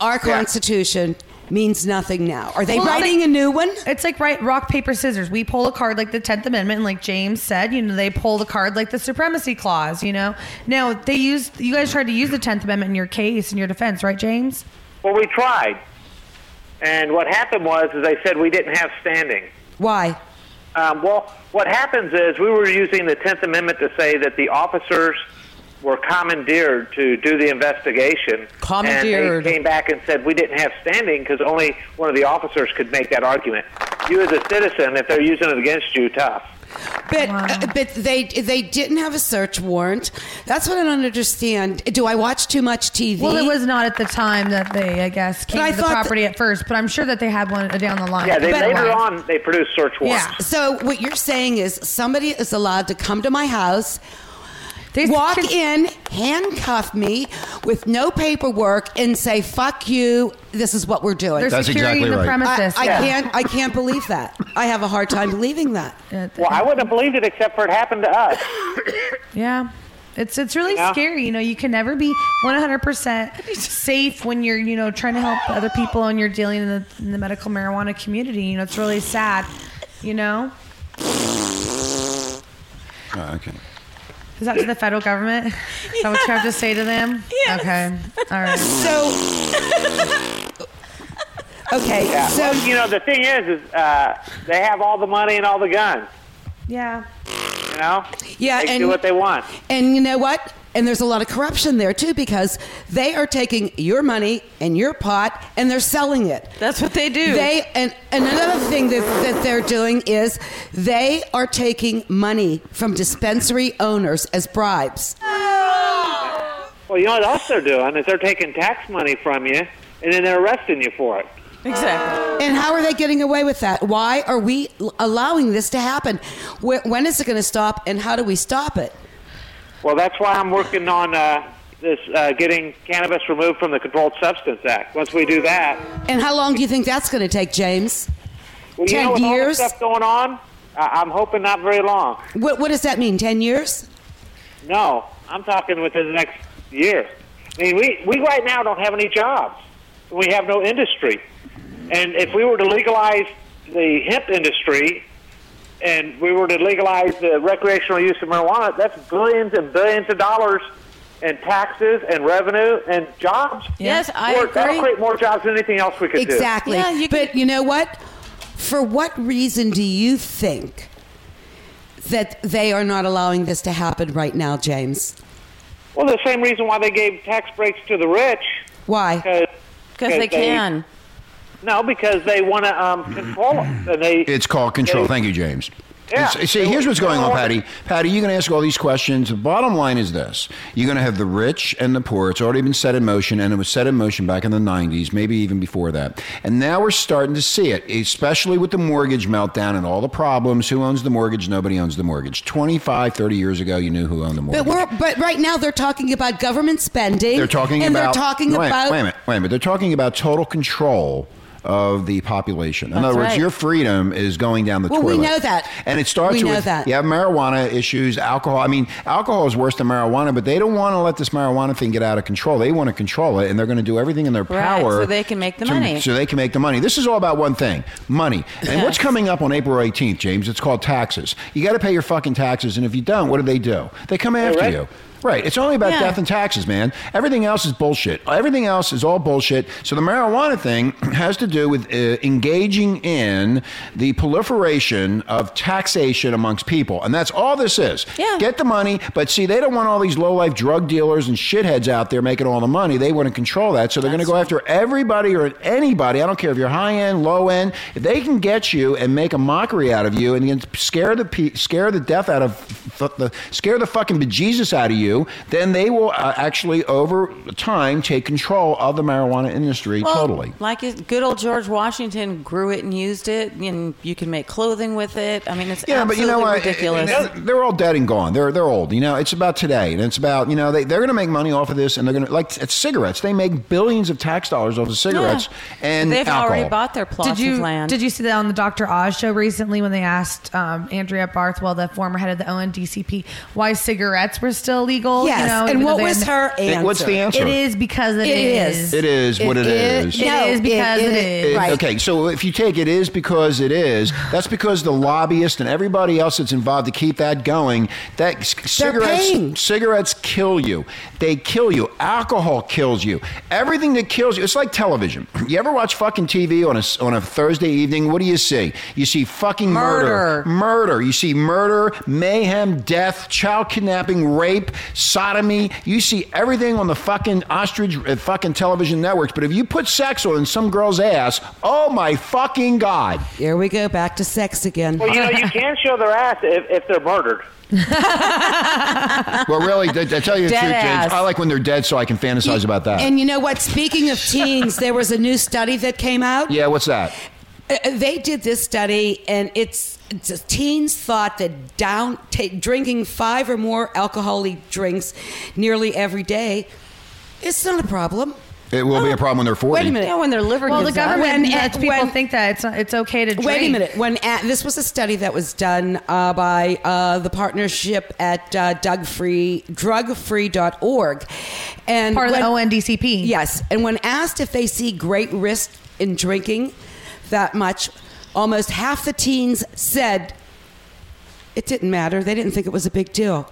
F: our Constitution means nothing now. Are they
E: Well, it's
F: writing
E: like-
F: a new one?
E: It's like right rock paper scissors. We pull a card like the Tenth Amendment, and like James said, you know, they pull the card like the Supremacy Clause. You know, now they used you guys tried to use the Tenth Amendment in your case in your defense, right, James?
H: Well, we tried, and what happened was, is they said we didn't have standing.
F: Why?
H: Um, well, what happens is we were using the Tenth Amendment to say that the officers were commandeered to do the investigation.
D: Commandeered.
H: And they came back and said we didn't have standing because only one of the officers could make that argument. You, as a citizen, if they're using it against you, tough.
F: But uh, but they they didn't have a search warrant. That's what I don't understand. Do I watch too much TV?
E: Well, it was not at the time that they, I guess, came
F: I
E: to the
F: thought that-
E: property at first, but I'm sure that they had one down the line.
H: Yeah, they
E: But
H: later
E: anyway.
H: on they produced search warrants.
F: Yeah. So what you're saying is somebody is allowed to come to my house. walk in, handcuff me with no paperwork, and say "fuck you." This is what we're doing.
H: They're That's securing exactly the right. premises,
F: I, I
H: yeah.
F: can't. I can't believe that. I have a hard time believing that.
H: Well, I wouldn't have believed it except for it happened to us.
E: Yeah. It's it's really
H: Yeah.
E: scary. You know, you can never be 100% safe when you're, you know, trying to help other people and you're dealing in the, in the medical marijuana community. You know, it's really sad, you know?
C: Oh, okay.
E: Is that to the federal government? Is that what you have to say to them? Okay. All right.
F: So. Okay.
H: Yeah.
F: So
H: Well, you know, the thing is, is uh, they have all the money and all the guns.
E: Yeah.
H: You know.
F: Yeah,
H: They
F: and-
H: do what they want.
F: And you know what? And there's a lot of corruption there too because they are taking your money and your pot and they're selling it.
D: That's what they do.
F: They and, and another thing that, that they're doing is they are taking money from dispensary owners as bribes.
H: Well, you know what else they're doing is they're taking tax money from you and then they're arresting you for it.
F: Exactly. And how are they getting away with that? Why are we l- allowing this to happen? Wh- When is it going to stop and how do we stop it?
H: Well, that's why I'm working on uh, this uh, getting cannabis removed from the Controlled Substance Act. Once we do that,
F: And how long do you think that's going to take, James?
H: well, you
F: 10
H: know, with all this
F: years?
H: stuff going on, I- I'm hoping not very long.
F: What, what does that mean? 10 years?
H: No, I'm talking within the next year. I mean, we, we right now don't have any jobs. We have no industry. And if we were to legalize the hemp industry and we were to legalize the recreational use of marijuana, that's billions and billions of dollars in taxes and revenue and jobs.
D: Yes, I
H: More- That'll
D: agree.
H: create more jobs than anything else we could do.
F: Exactly. but you know what? For what reason do you think that they are not allowing this to happen right now, James?
H: Well, the same reason why they gave tax breaks to the rich.
F: Why?
H: Because
D: they can.
H: No, because they want to um, control it. And they,
C: It's called control.
H: they-
C: Thank you, James.
H: Yeah.
C: It's- see, here's what's going on, Patty. Patty, you can ask all these questions. The bottom line is this you're going to have the rich and the poor. It's already been set in motion, and it was set in motion back in the 90s, maybe even before that. And now we're starting to see it, especially with the mortgage meltdown and all the problems. Who owns the mortgage? Nobody owns the mortgage. 25, 30 years ago, you knew who owned the mortgage.
F: But we're but right now they're talking about government spending.
C: They're talking
F: and
C: about.
F: they're talking
C: wait, a minute,
F: about
C: Wait a minute. Wait a minute. They're talking about total control of the population. In
F: That's
C: other words,
F: right.
C: your freedom is going down the
F: Well, we
C: toilet.
F: know that.
C: and it starts
F: We know
C: with
F: that.
C: you have marijuana issues, alcohol. I mean, alcohol is worse than marijuana, but they don't want to let this marijuana thing get out of control. They want to control it, and they're going to do everything in their
D: Right,
C: power
D: so they can make the
C: to-
D: money.
C: So they can make the money. This is all about one thing: money. And what's coming up on April 18th, James? It's called taxes. You got to pay your fucking taxes, and if you don't, what do they do? They come after
H: right.
C: you. Right. It's only about
H: Yeah.
C: death and taxes, man. Everything else is bullshit. Everything else is all bullshit. So the marijuana thing has to do with uh, engaging in the proliferation of taxation amongst people. And that's all this is. Yeah. Get the money, but see, they don't want all these low-life drug dealers and shitheads out there making all the money. They want to control that. So they're going to go after everybody or anybody. I don't care if you're high-end, low-end. If they can get you and make a mockery out of you and then scare the pe- scare the death out of f- the scare the fucking bejesus out of you, then they will uh, actually over time take control of the marijuana industry
D: Well,
C: totally.
D: Like it, good old George Washington grew it and used it, and you can make clothing with it. I mean, it's
C: Yeah, but you know
D: absolutely
C: what?
D: ridiculous.
C: They're- They're all dead and gone. They're they're old. You know, it's about today, and it's about you know they they're going to make money off of this, and they're going to like it's cigarettes. They make billions of tax dollars off of cigarettes and alcohol.
D: their plots
E: did you,
D: of land.
E: Did you see that on the Dr. Oz show recently when they asked um, Andrea Barthwell, the former head of the ONDCP, why cigarettes were still legal?
F: Yes, and
E: even though
F: what
E: they
F: was
E: had-
F: her And
C: what's the answer?
E: It is because it,
F: It
E: it
F: is.
E: is.
C: It is what it is.
E: It is because it is.
C: It- Okay, so if you take it is because it is, that's because the lobbyists and everybody else that's involved to keep that going, that c- cigarettes
F: paying.
C: cigarettes kill you. They kill you. Alcohol kills you. Everything that kills you. It's like television. You ever watch fucking TV on a s- on a Thursday evening? What do you see? You see fucking murder. Murder. You see murder, mayhem, death, child kidnapping, rape, sodomy. You see everything on the fucking ostrich uh, fucking television networks. But if you put sex on some girl's ass, oh my fucking god!
F: Here we go back to sex again.
H: Well, you know, you can show their ass if, if they're murdered.
C: Well, really, I, I tell you the
F: Dead
C: truth, James.
F: ass.
C: I like when they're dead, so I can fantasize about that.
F: And you know what? Speaking of teens, there was a new study that came out.
C: yeah, what's that?
F: Uh, they did this study, and it's, it's- teens thought that down ta drinking five or more alcoholic drinks nearly every day is not a problem.
C: It will be a problem when they're forty.
F: Oh, Wait a minute. when their liver
E: Well, the government lets
F: uh,
E: people
F: think that it's, it's okay to Wait a
E: drink.
F: minute. When a this was a study that was done uh, by uh, the partnership at uh, Doug Free, drugfree.org. And
E: Part of the
F: ONDCP. Yes. And when asked if they see great risk in drinking that much, almost half the teens said it didn't matter. They didn't think it was a big deal.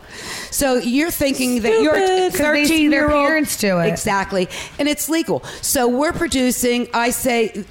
F: So you're thinking that you're
E: 'Cause they see
F: 13
E: their
F: year old
E: parents do it.
F: exactly, and it's legal. So we're producing. I say,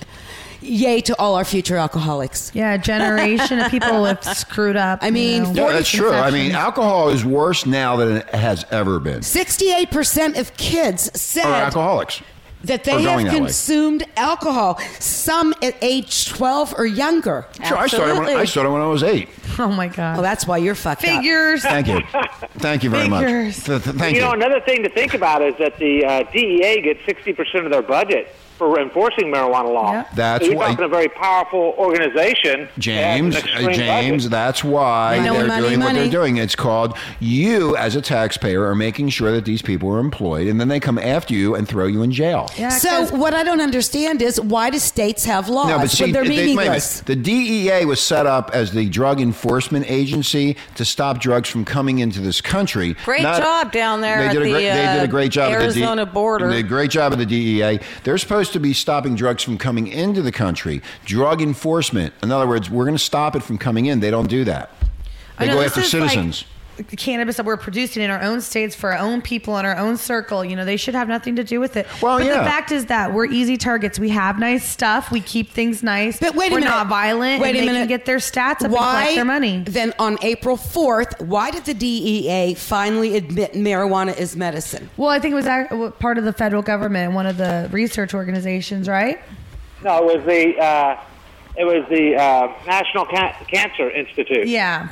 F: yay to all our future alcoholics.
E: Yeah, a generation of people with screwed up. I mean,
C: Yeah, that's true. I mean, alcohol is worse now than it has ever been.
F: Sixty-eight percent of kids
C: Or
F: said
C: alcoholics.
F: that
C: Or
F: they
C: going
F: have
C: that way.
F: consumed alcohol. Some at age twelve or younger.
C: Sure, I started, when, I started when I was eight.
F: Oh my god. Well, that's why you're fucked up.
C: Thank you. Thank you very much.
F: Figures.
C: Th- th- thank
H: you
C: you.
H: know, another thing to think about is that the uh, DEA gets 60% of their budget for enforcing marijuana law.
C: That's
H: so you're
C: why-
H: talking a very powerful organization.
C: James,
H: that has an
C: uh,
H: extreme
C: James,
H: budget.
C: that's why
H: Money,
C: they're
H: money,
C: doing what they're
H: money.
C: doing. It's called you, as a taxpayer, are making sure that these people are employed, and then they come after you and throw you in jail.
F: so what I don't understand is why do states have laws
C: No, but see,
F: when they're
C: they- wait a
F: meaningless?
C: minute. the DEA was set up as the Drug Enforcement Agency to stop drugs from coming into this country.
D: Great job down there
C: They
D: at
C: did, a
D: the,
C: great, they did
D: uh,
C: a great job
D: Arizona
C: at the D-
D: border.
C: They did a great job at the DEA. They're supposed to be stopping drugs from coming into the country. Drug enforcement. In other words, we're going to stop it from coming in. They don't do that.
E: I
C: They
E: know,
C: go
E: this
C: after
E: is like-
C: citizens.
E: the cannabis that we're producing in our own states for our own people in our own circle, you know, they should have nothing to do with it. Well, but
F: yeah.
E: the fact is that we're easy targets. We have nice stuff. We keep things nice. But
F: wait a
E: we're
F: minute.
E: not violent.
F: Wait
E: and
F: a
E: they
F: minute.
E: Can get their stats up and
F: why
E: collect their money.
F: Then on April 4th, why did the DEA finally admit marijuana is medicine?
E: Well, I think it was ac- w- part of the federal government, one of the research organizations, right?
H: No, it was the uh, it was the uh, National Ca- Cancer Institute.
E: Yeah.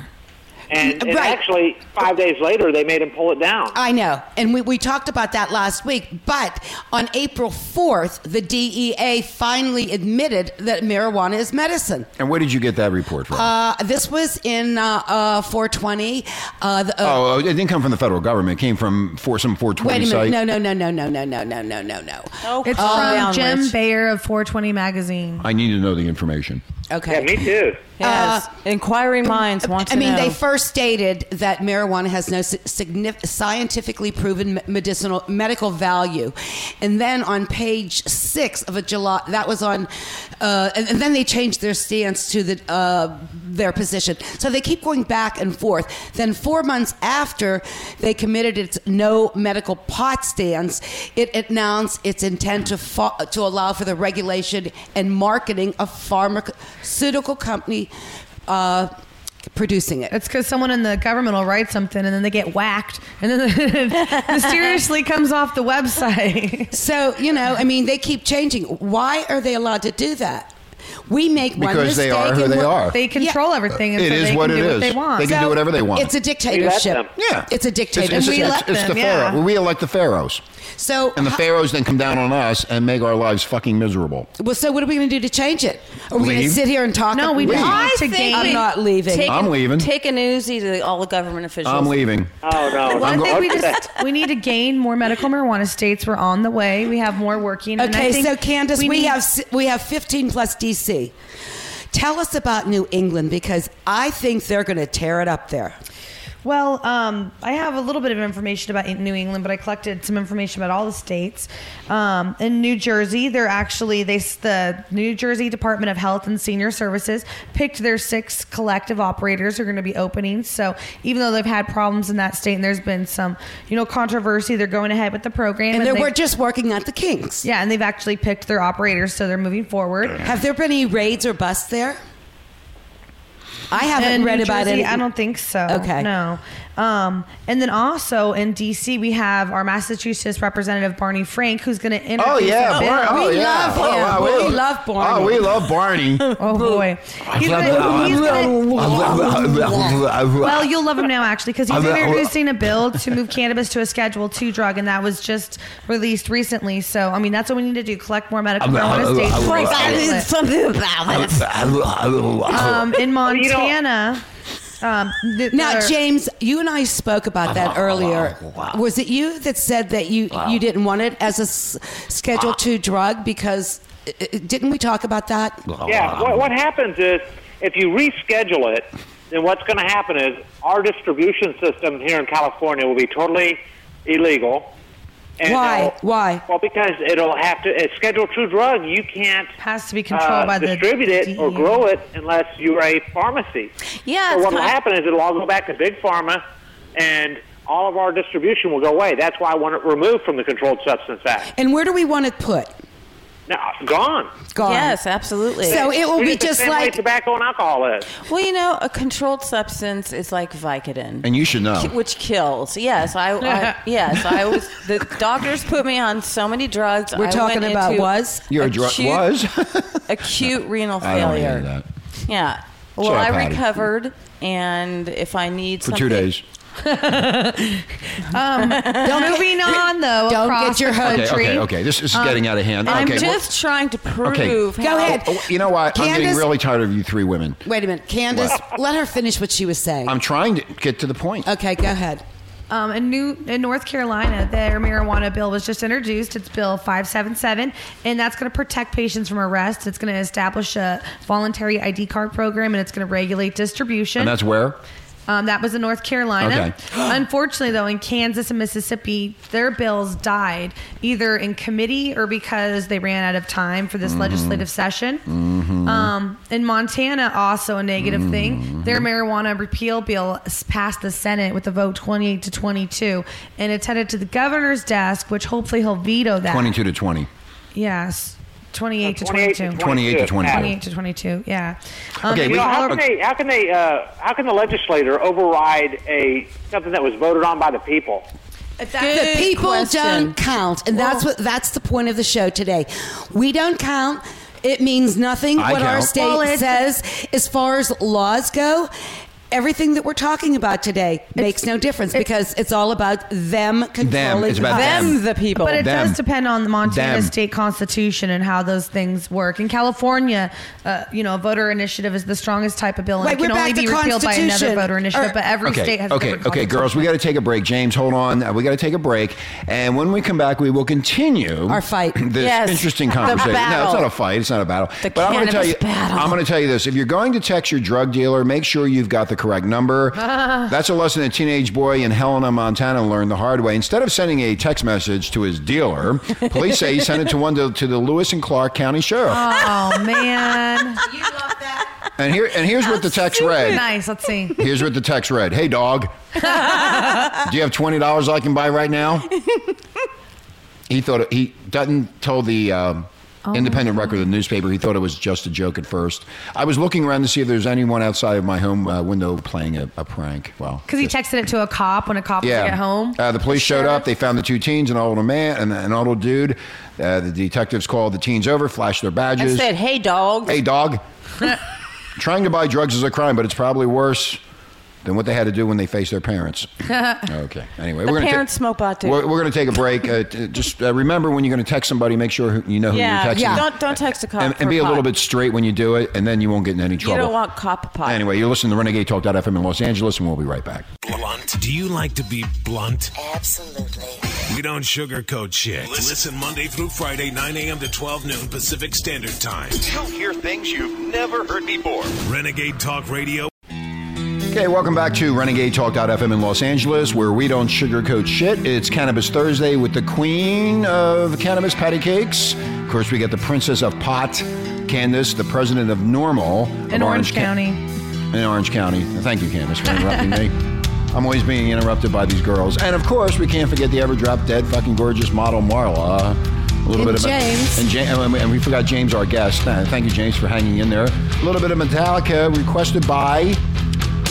H: and, and
F: Right. Uh,
H: actually, five days later, they made him pull it down.
F: I know. And we, we talked about that last week. But on April 4th, the DEA finally admitted that marijuana is medicine.
C: And where did you get that report from?
F: Uh, this was in uh, uh, 420. Uh, the, uh,
C: oh, it didn't come from the federal government. It came from for some 420
F: wait a minute.
C: site.
F: No, no, no, no, no, no, no, no, no, no, no.
E: it's
F: calm
E: from
F: down,
E: Jim
F: Rich.
E: Bayer of 420 Magazine.
C: I need to know the information.
F: Okay.
H: Yeah, me too.
D: Yes. Inquiring minds want to
F: uh, I mean,
D: know.
F: they first stated that marijuana has no si- signif- scientifically proven me- medicinal medical value, and then on page six of a July, that was on, uh, and, and then they changed their stance to the uh, their position. So they keep going back and forth. Then four months after they committed its no medical pot stance, it announced its intent to fo- to allow for the regulation and marketing of pharmaceutical company. Uh, producing it.
E: It's because someone in the government will write something and then they get whacked and then it mysteriously comes off the website.
F: So, you know, I mean, they keep changing. Why are they allowed to do that? We make one
C: Because they
F: mistake.
C: are who
F: and
C: they
F: we're-
C: are. They
E: control everything, and
C: It so is they what can do it what they is. want. They can do whatever they want.
F: It's a
C: We
F: dictatorship.
C: let them. Yeah.
F: It's a
C: It's,
F: dictatorship.
C: it's, it's, it's the pharaoh. We elect the pharaohs,
F: So,
C: and the pharaohs then come down on us and make our lives fucking miserable.
F: well, so what are we going to do to change it? Are we going to
C: Leave.
F: sit here and talk?
C: No, we
F: about-
C: don't. I
D: think
F: I'm
D: we-
F: not leaving.
D: Take
C: I'm
D: an-
C: leaving.
D: Take an Uzi to all the government officials.
C: I'm leaving.
H: Oh no!
E: Well, I think we just we need to gain more medical marijuana states. We're on the way. We have more working. and I
F: Okay,
E: think
F: so Candace, we,
E: need-
F: have s- we have 15 plus DC. Tell us about New England because I think they're going to tear it up there.
E: Well, um, I have a little bit of information about New England, but I collected some information about all the states. Um, in New Jersey, they're actually they the New Jersey Department of Health and Senior Services picked their six collective operators who are going to be opening. So even though they've had problems in that state and there's been some you know controversy, they're going ahead with the program.
F: And, they
E: they-
F: we're just working out the kinks.
E: yeah, and they've actually picked their operators, so they're moving forward.
F: Have there been any raids or busts there? I haven't
E: In
F: read
E: New
F: about
E: Jersey,
F: it.
E: I don't think so.
F: Okay.
E: No. Um, and then also in D.C., we have our Massachusetts representative, Barney Frank, who's going to introduce
C: Oh yeah,
E: a bill.
C: Barney. Oh, yeah. Oh, wow, Oh, we love Barney.
E: Oh boy. He's
C: I
E: gonna-
C: love
E: he's
C: gonna-
E: Well, you'll love him now, actually, because he's
C: I'm-
E: introducing a bill to move cannabis to a Schedule Two drug, and that was just released recently. So, I mean, that's what we need to do: collect more medical
C: I'm- I'm-
E: marijuana states.
C: I'm- Frank, I
E: Schedule
C: need
E: it.
D: something about
E: Um, in
F: Well, you don't-
E: Montana. Um, th-
F: Now,
E: there-
F: James, you and I spoke about that earlier. Was it you that said that you you didn't want it as a s-
C: Ah.
F: Schedule Two drug because uh, uh, didn't we talk about that?
H: Yeah, what, what happens is if you reschedule it, then what's going to happen is our distribution system here in California will be totally illegal.
F: Why?
H: it'll-
F: Why?
H: Well, because it'll have to. It's Schedule Two drug. You can't uh,
E: has to be
C: Uh,
E: controlled by the E
H: distribute
F: E
H: it or grow it unless you're a pharmacy.
D: Yeah,
H: So
D: it's
H: what will
D: kind of-
H: happen is it'll all go back to big pharma, and all of our distribution will go away. That's why I want it removed from the Controlled Substance Act.
F: And where do we want it put?
H: Now, gone.
F: Gone.
D: Yes, absolutely.
F: So it will
H: It
F: be
H: is the
F: just
H: same way
F: like
H: tobacco and alcohol is.
D: Well, you know, a controlled substance is like Vicodin.
C: And you should know.
D: Ki- Which kills. Yes, I, I yes, I was the doctors put me on so many drugs.
F: We're
D: I
F: talking
D: went
F: about
D: into
F: was?
C: Your drug
D: acute-
C: was.
D: acute renal
C: I don't wanna
D: failure.
C: hear that.
D: Yeah.
C: It's
D: Well,
C: all right,
D: I
C: Patty.
D: recovered, and if I need
C: For two days.
E: Um, moving on though.
F: Don't
E: across
F: get your
E: the
F: hopes-
C: Okay,
E: country.
C: okay, okay. This is
E: Um,
C: getting out of hand.
D: I'm
C: okay, well-
D: just trying to prove.
C: okay.
F: Go ahead.
C: Oh, you know what? I'm getting
F: Candace-
C: really tired of you three women.
F: Wait a minute, Candace. Let her finish what she was saying.
C: I'm trying to get to the point.
F: okay, go ahead.
E: Um, in New in North Carolina, their marijuana bill was just introduced. It's Bill 577, and that's going to protect patients from arrest. It's going to establish a voluntary ID card program, and it's going to regulate distribution.
C: And that's where?
E: Um, that was in North
C: Okay.
E: Carolina. Unfortunately, though, in Kansas and Mississippi, their bills died either in committee or because they ran out of time for this
C: Mm-hmm.
P: Mhm.
E: legislative session.
P: Mhm.
E: Um, in Montana, also a negative
C: Mm-hmm.
E: thing, their marijuana repeal bill s- passed the Senate with a vote 28 to 22, and it's headed to the governor's desk, which hopefully he'll veto that.
C: 22 to 20.
E: Yes, 28 to
H: 28 to
E: 22.
C: 28 to 22.
E: 28 to 22. Yeah. Um,
C: Okay,
E: in
C: we-
H: You know, how
E: Colorado-
H: can they? How can they? Uh, how can the legislator override a something that was voted on by the people?
C: Oh,
F: the people
D: question.
F: don't count, and that's what that's the point of the show today. We don't count. It means nothing
C: I
F: what our
C: count.
F: state
E: Well, it's-
F: says as far as laws go. Everything that we're talking about today makes no difference because it's all about them controlling
C: It's about Them, them.
D: the people.
E: But it
C: Them.
E: does depend on the Montana
C: Them.
E: state constitution and how those things work. In California, uh, you know, a voter initiative is the strongest type of bill, and
F: Wait,
E: it can
F: we're back
E: only be
F: to
E: repealed by another
F: Constitution.
E: voter initiative.
F: Or-
E: but every
C: okay,
E: state has a
C: okay,
E: different
C: okay, girls. We got to take a break. James, hold on. Uh, we got to take a break, and when we come back, we will continue
F: Our fight.
C: This
F: Yes.
C: interesting
F: The
C: conversation. No, it's
F: battle.
C: not a fight. It's not a battle.
F: The
C: I'm gonna tell
F: cannabis
C: you.
F: battle.
C: I'm going to tell you this: if you're going to text your drug dealer, make sure you've got the correct number. That's a lesson a teenage boy in Helena, Montana, learned the hard way. Instead of sending a text message to his dealer, police say he sent it to one to, to the Lewis and Clark County Sheriff.
F: Ah.
E: Oh man,
C: And here, and here's what the text read.
E: nice. Let's see.
C: Here's what the text read. Hey, dog. Do you have twenty dollars I can buy right now? he thought it, he doesn't tell the um,
E: Oh.
C: independent record of the newspaper. He thought it was just a joke at first. I was looking around to see if there's anyone outside of my home uh, window playing a, a prank. Well,
E: Because he texted it to a cop when a cop was at home.
C: uh, the police showed up. They found the two teens, an older man and an older dude. Uh, the detectives called the teens over, flashed their
D: I
C: badges.
D: said, "Hey, dog."
C: Hey, dog. Trying to buy drugs is a crime, but it's probably worse than what they had to do when they faced their parents. Okay. Anyway,
D: The
C: we're gonna
D: parents
C: ta-
D: smoke pot, too.
C: We're, we're going to take a break. Uh, t- just uh, remember when you're going to text somebody, make sure who, you know who
D: yeah,
C: you're texting.
D: yeah. Don't don't text a cop.
C: And,
D: for
C: and be a
D: pot.
C: little bit straight when you do it, and then you won't get in any
D: You
C: trouble.
D: don't want cop pot.
C: Anyway, you're listening to Renegade Talk.fm in Los Angeles, and we'll be right back.
A: Blunt. Do you like to be blunt? Absolutely. We don't sugarcoat shit. Listen Monday through Friday, 9 a.m. to 12 noon Pacific Standard Time.
Q: You'll hear things you've never heard before.
A: Renegade Talk Radio.
C: Okay, welcome back to Renegade Talk.fm in Los Angeles, where we don't sugarcoat shit. It's Cannabis Thursday with the queen of cannabis patty cakes. Of course, we got the princess of pot, Candace, the president of Normal. of
E: In Orange
C: Ca-
E: County.
C: in Orange County. Thank you, Candace, for interrupting me. I'm always being interrupted by these girls. And of course, we can't forget the ever drop dead fucking gorgeous model Marla. A little
F: And
C: bit of
F: James.
C: and, Ja- and we- and we forgot James, our guest. Uh, Thank you, James, for hanging in there. A little bit of Metallica requested by.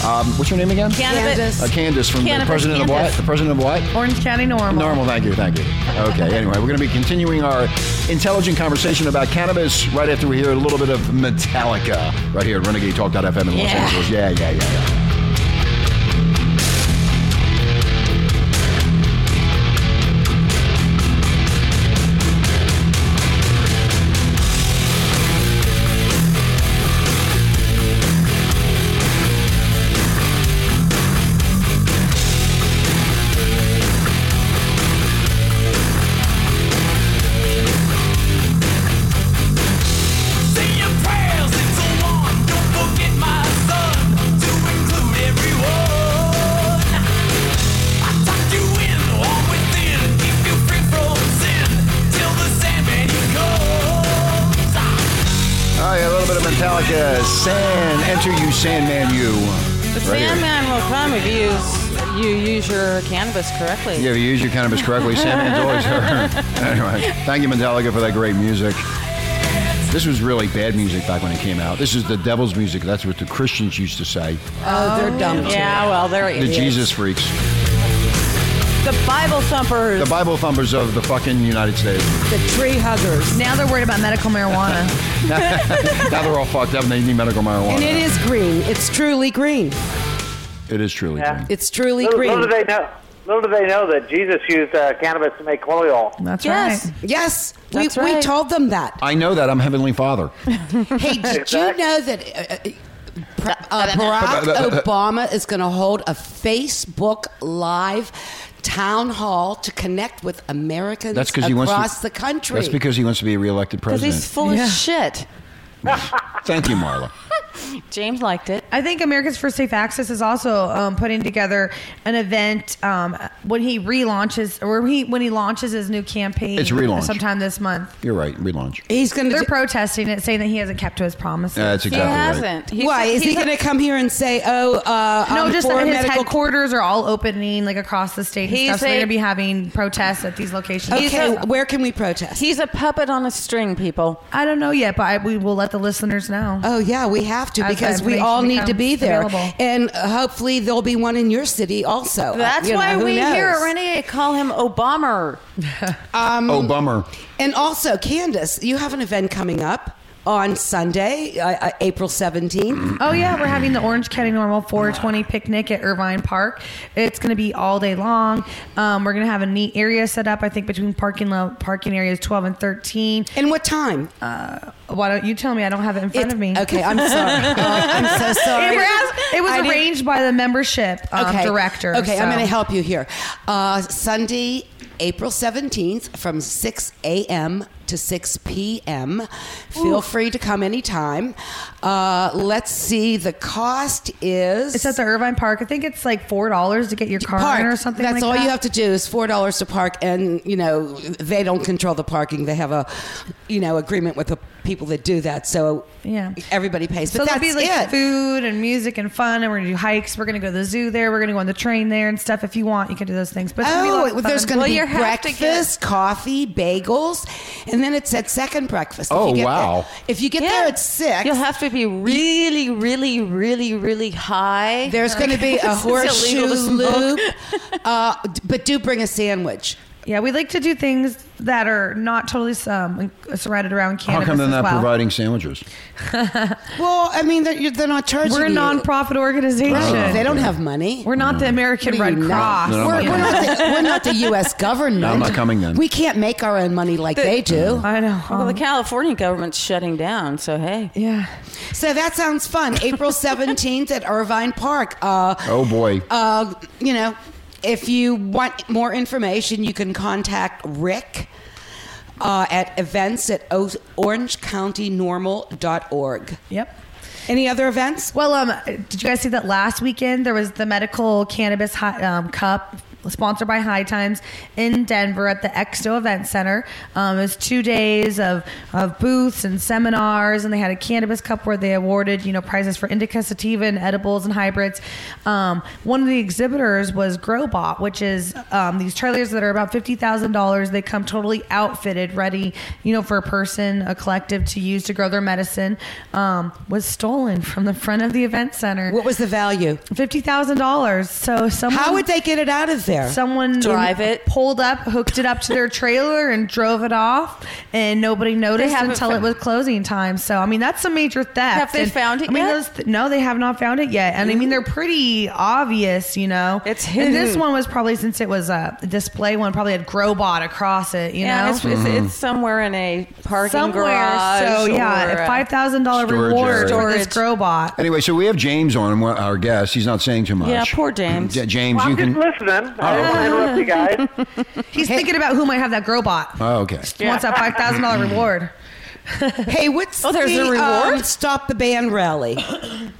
C: Um, what's your name again?
E: Candace.
C: Uh, Candace from the
E: Candace,
C: president of what?
E: Candace.
C: The president of what?
E: Orange County Normal.
C: Normal, thank you, thank you. Okay, anyway, we're going to be continuing our intelligent conversation about cannabis right after we hear a little bit of Metallica right here at Renegade Talk.fm in Los
G: Yeah.
C: Angeles. Yeah, yeah, yeah, yeah.
G: Ah.
C: All right, Oh, a little bit of Metallica. San, enter you, Sandman, you.
D: The
C: Right here.
D: Sandman will come if you use, you use your cannabis correctly.
C: Yeah, if you use your cannabis correctly, Sandman's always her. anyway, thank you, Metallica, for that great music. This was really bad music back when it came out. This is the devil's music. That's what the Christians used to say.
D: Oh, they're dumb. Yeah, well, they're
C: The
D: idiots.
C: Jesus freaks.
D: The Bible thumpers.
C: The Bible thumpers of the fucking United States.
E: The tree huggers. Now they're worried about medical marijuana.
C: now they're all fucked up and they need medical marijuana.
F: And it is green. It's truly green.
C: It is truly green.
F: It's truly
H: little,
F: green.
H: Little do they know. Little do they know that Jesus used uh, cannabis to make holy oil.
E: That's
F: yes. Yes.
H: That's
F: we, we
H: right.
F: told them that.
C: I know that. I'm Heavenly Father.
F: Hey, did you know that uh, uh, uh, Barack Obama is going to hold a Facebook Live town hall to connect with Americans
C: That's because
F: across
C: he wants to,
F: the country?
C: That's because he wants to be reelected president.
D: shit.
C: Thank you, Marla.
D: James liked it.
E: I think Americans for Safe Access is also um, putting together an event um, when he relaunches or when he when he launches his new campaign.
C: It's relaunch.
E: sometime this month.
C: You're right. Relaunch.
F: He's going
E: They're protesting it, saying that he hasn't kept to his promises.
C: Yeah, that's exactly right.
F: Why is he
E: he's-
F: going to come here and say, "Oh, uh,
E: No,
F: I'm
E: just
F: for
E: that his
F: medical
E: headquarters are all opening like across the state. And
D: He's
E: stuff, so they're
D: a-
E: going to be having protests at these locations.
D: Okay,
F: where can we protest?
D: He's a puppet on a string, people.
E: I don't know yet, but I, we will let the listeners know.
F: Oh yeah, we have to
E: As
F: because
E: the
F: we all
E: information
F: need to be
E: becomes
F: there,
E: available.
F: and hopefully there'll be one in your city also.
D: That's
F: Uh, You know,
D: why
F: who
D: we here
F: knows?
D: at Renegade call him Obama.
F: Um,
C: oh, bummer.
F: And also, Candace, you have an event coming up on Sunday, uh, uh, April 17th.
E: Oh yeah, we're having the Orange County Normal 420 picnic at Irvine Park. It's going to be all day long. Um, we're going to have a neat area set up. I think between parking lot parking areas 12 and 13.
F: And what time?
E: Uh, why don't you tell me? I don't have it in front of me.
F: okay, I'm sorry. Oh, I'm so sorry.
E: It was, it was
F: I didn't-
E: arranged by the membership um, director.
F: Okay, I'm
E: so.
F: going to help you here. Uh, Sunday, April 17th from 6 a.m. to 6 p.m. Feel
E: Ooh.
F: free to come anytime. Uh, let's see, the cost is.
E: It's at the Irvine Park. I think it's like four dollars to get your car in or something.
F: That's
E: like
F: all
E: that.
F: you have to do is four dollars to park, and you know they don't control the parking. They have a, you know, agreement with the people that do that. So
E: Yeah.
F: everybody pays. But
E: so
F: that's
E: there'll be like
F: it.
E: food and music and fun, and we're gonna do hikes. We're gonna go to the zoo there. We're gonna go on the train there and stuff. If you want, you can do those things. But it's gonna be a lot
F: Oh,
E: of
F: there's
E: fun.
F: going to be breakfast, coffee, bagels, and then it's at second breakfast. If
C: Oh,
F: you get
C: wow.
F: there- if you get there at six,
D: You'll have to be really, really, really, really high.
F: there's going to be a
D: It's illegal to
F: horseshoe
D: smoke.
F: loop. Uh, d- but do bring a sandwich.
E: Yeah, we like to do things that are not totally um, surrounded around
C: How
E: cannabis
C: come they're
E: as
C: not
E: well.
C: providing sandwiches?
F: Well, I mean, they're, you're- they're not charging.
E: We're a
F: you.
E: nonprofit organization.
F: Right. They don't have money.
E: We're not the American
F: What are
E: Red
F: you not?
E: Cross.
C: No, no,
F: we're,
C: I'm
F: we're
C: not
F: not the, we're not the U.S. government.
C: No, I'm not coming then. Mm.
F: We can't make our own money like they do.
E: I know. Um,
D: Well, the California government's shutting down, so hey.
E: Yeah.
F: So that sounds fun. April 17th at Irvine Park. Uh,
C: Oh, boy.
F: uh, you know, if you want more information, you can contact Rick uh, at events at o- orangecountynormal.org.
E: Yep.
F: Any other events?
E: Well, um, did you guys see that last weekend? There was the medical cannabis hot, um, cup sponsored by High Times in Denver at the Expo Event Center. Um, it was two days of, of booths and seminars, and they had a cannabis cup where they awarded you know prizes for indica, sativa, and edibles and hybrids. Um, one of the exhibitors was Growbot, which is um, these trailers that are about fifty thousand dollars. They come totally outfitted, ready, you know, for a person, a collective to use to grow their medicine. Um, was stolen from the front of the event center.
F: What was the value?
E: Fifty thousand dollars. So someone
F: How would they get it out of there?
E: Someone
D: Drive it?
E: pulled up, hooked it up to their trailer, and drove it off, and nobody noticed
D: haven't
E: until it
D: found-
E: was closing time. So I mean, that's a major theft.
D: Have they
E: And,
D: found it
E: I mean,
D: yet?
E: those th- no, they have not found it yet. And I mean, they're pretty obvious, you know. It's and this
D: hidden.
E: one was probably since it was a display one, probably had Grobot across it, you
D: yeah,
E: know.
D: it's, it's,
H: Mm-hmm.
D: it's somewhere in a parking
E: Somewhere,
D: garage.
E: so yeah,
D: or uh,
E: a
D: a-
E: five thousand dollar
C: Storage
E: reward
C: area.
E: for this Grobot.
C: Anyway, so we have James on, one- our guest. He's not saying too much.
E: Yeah, poor James.
C: J- James,
E: Well,
C: you
E: I'm
C: can. Oh.
E: just
H: listening.
C: I didn't wanna interrupt
H: you guys.
E: He's thinking about who might have that Grobot.
C: Oh, okay.
E: Wants that five thousand dollar reward.
F: hey, what's
E: oh?
F: the, um, stop the band rally.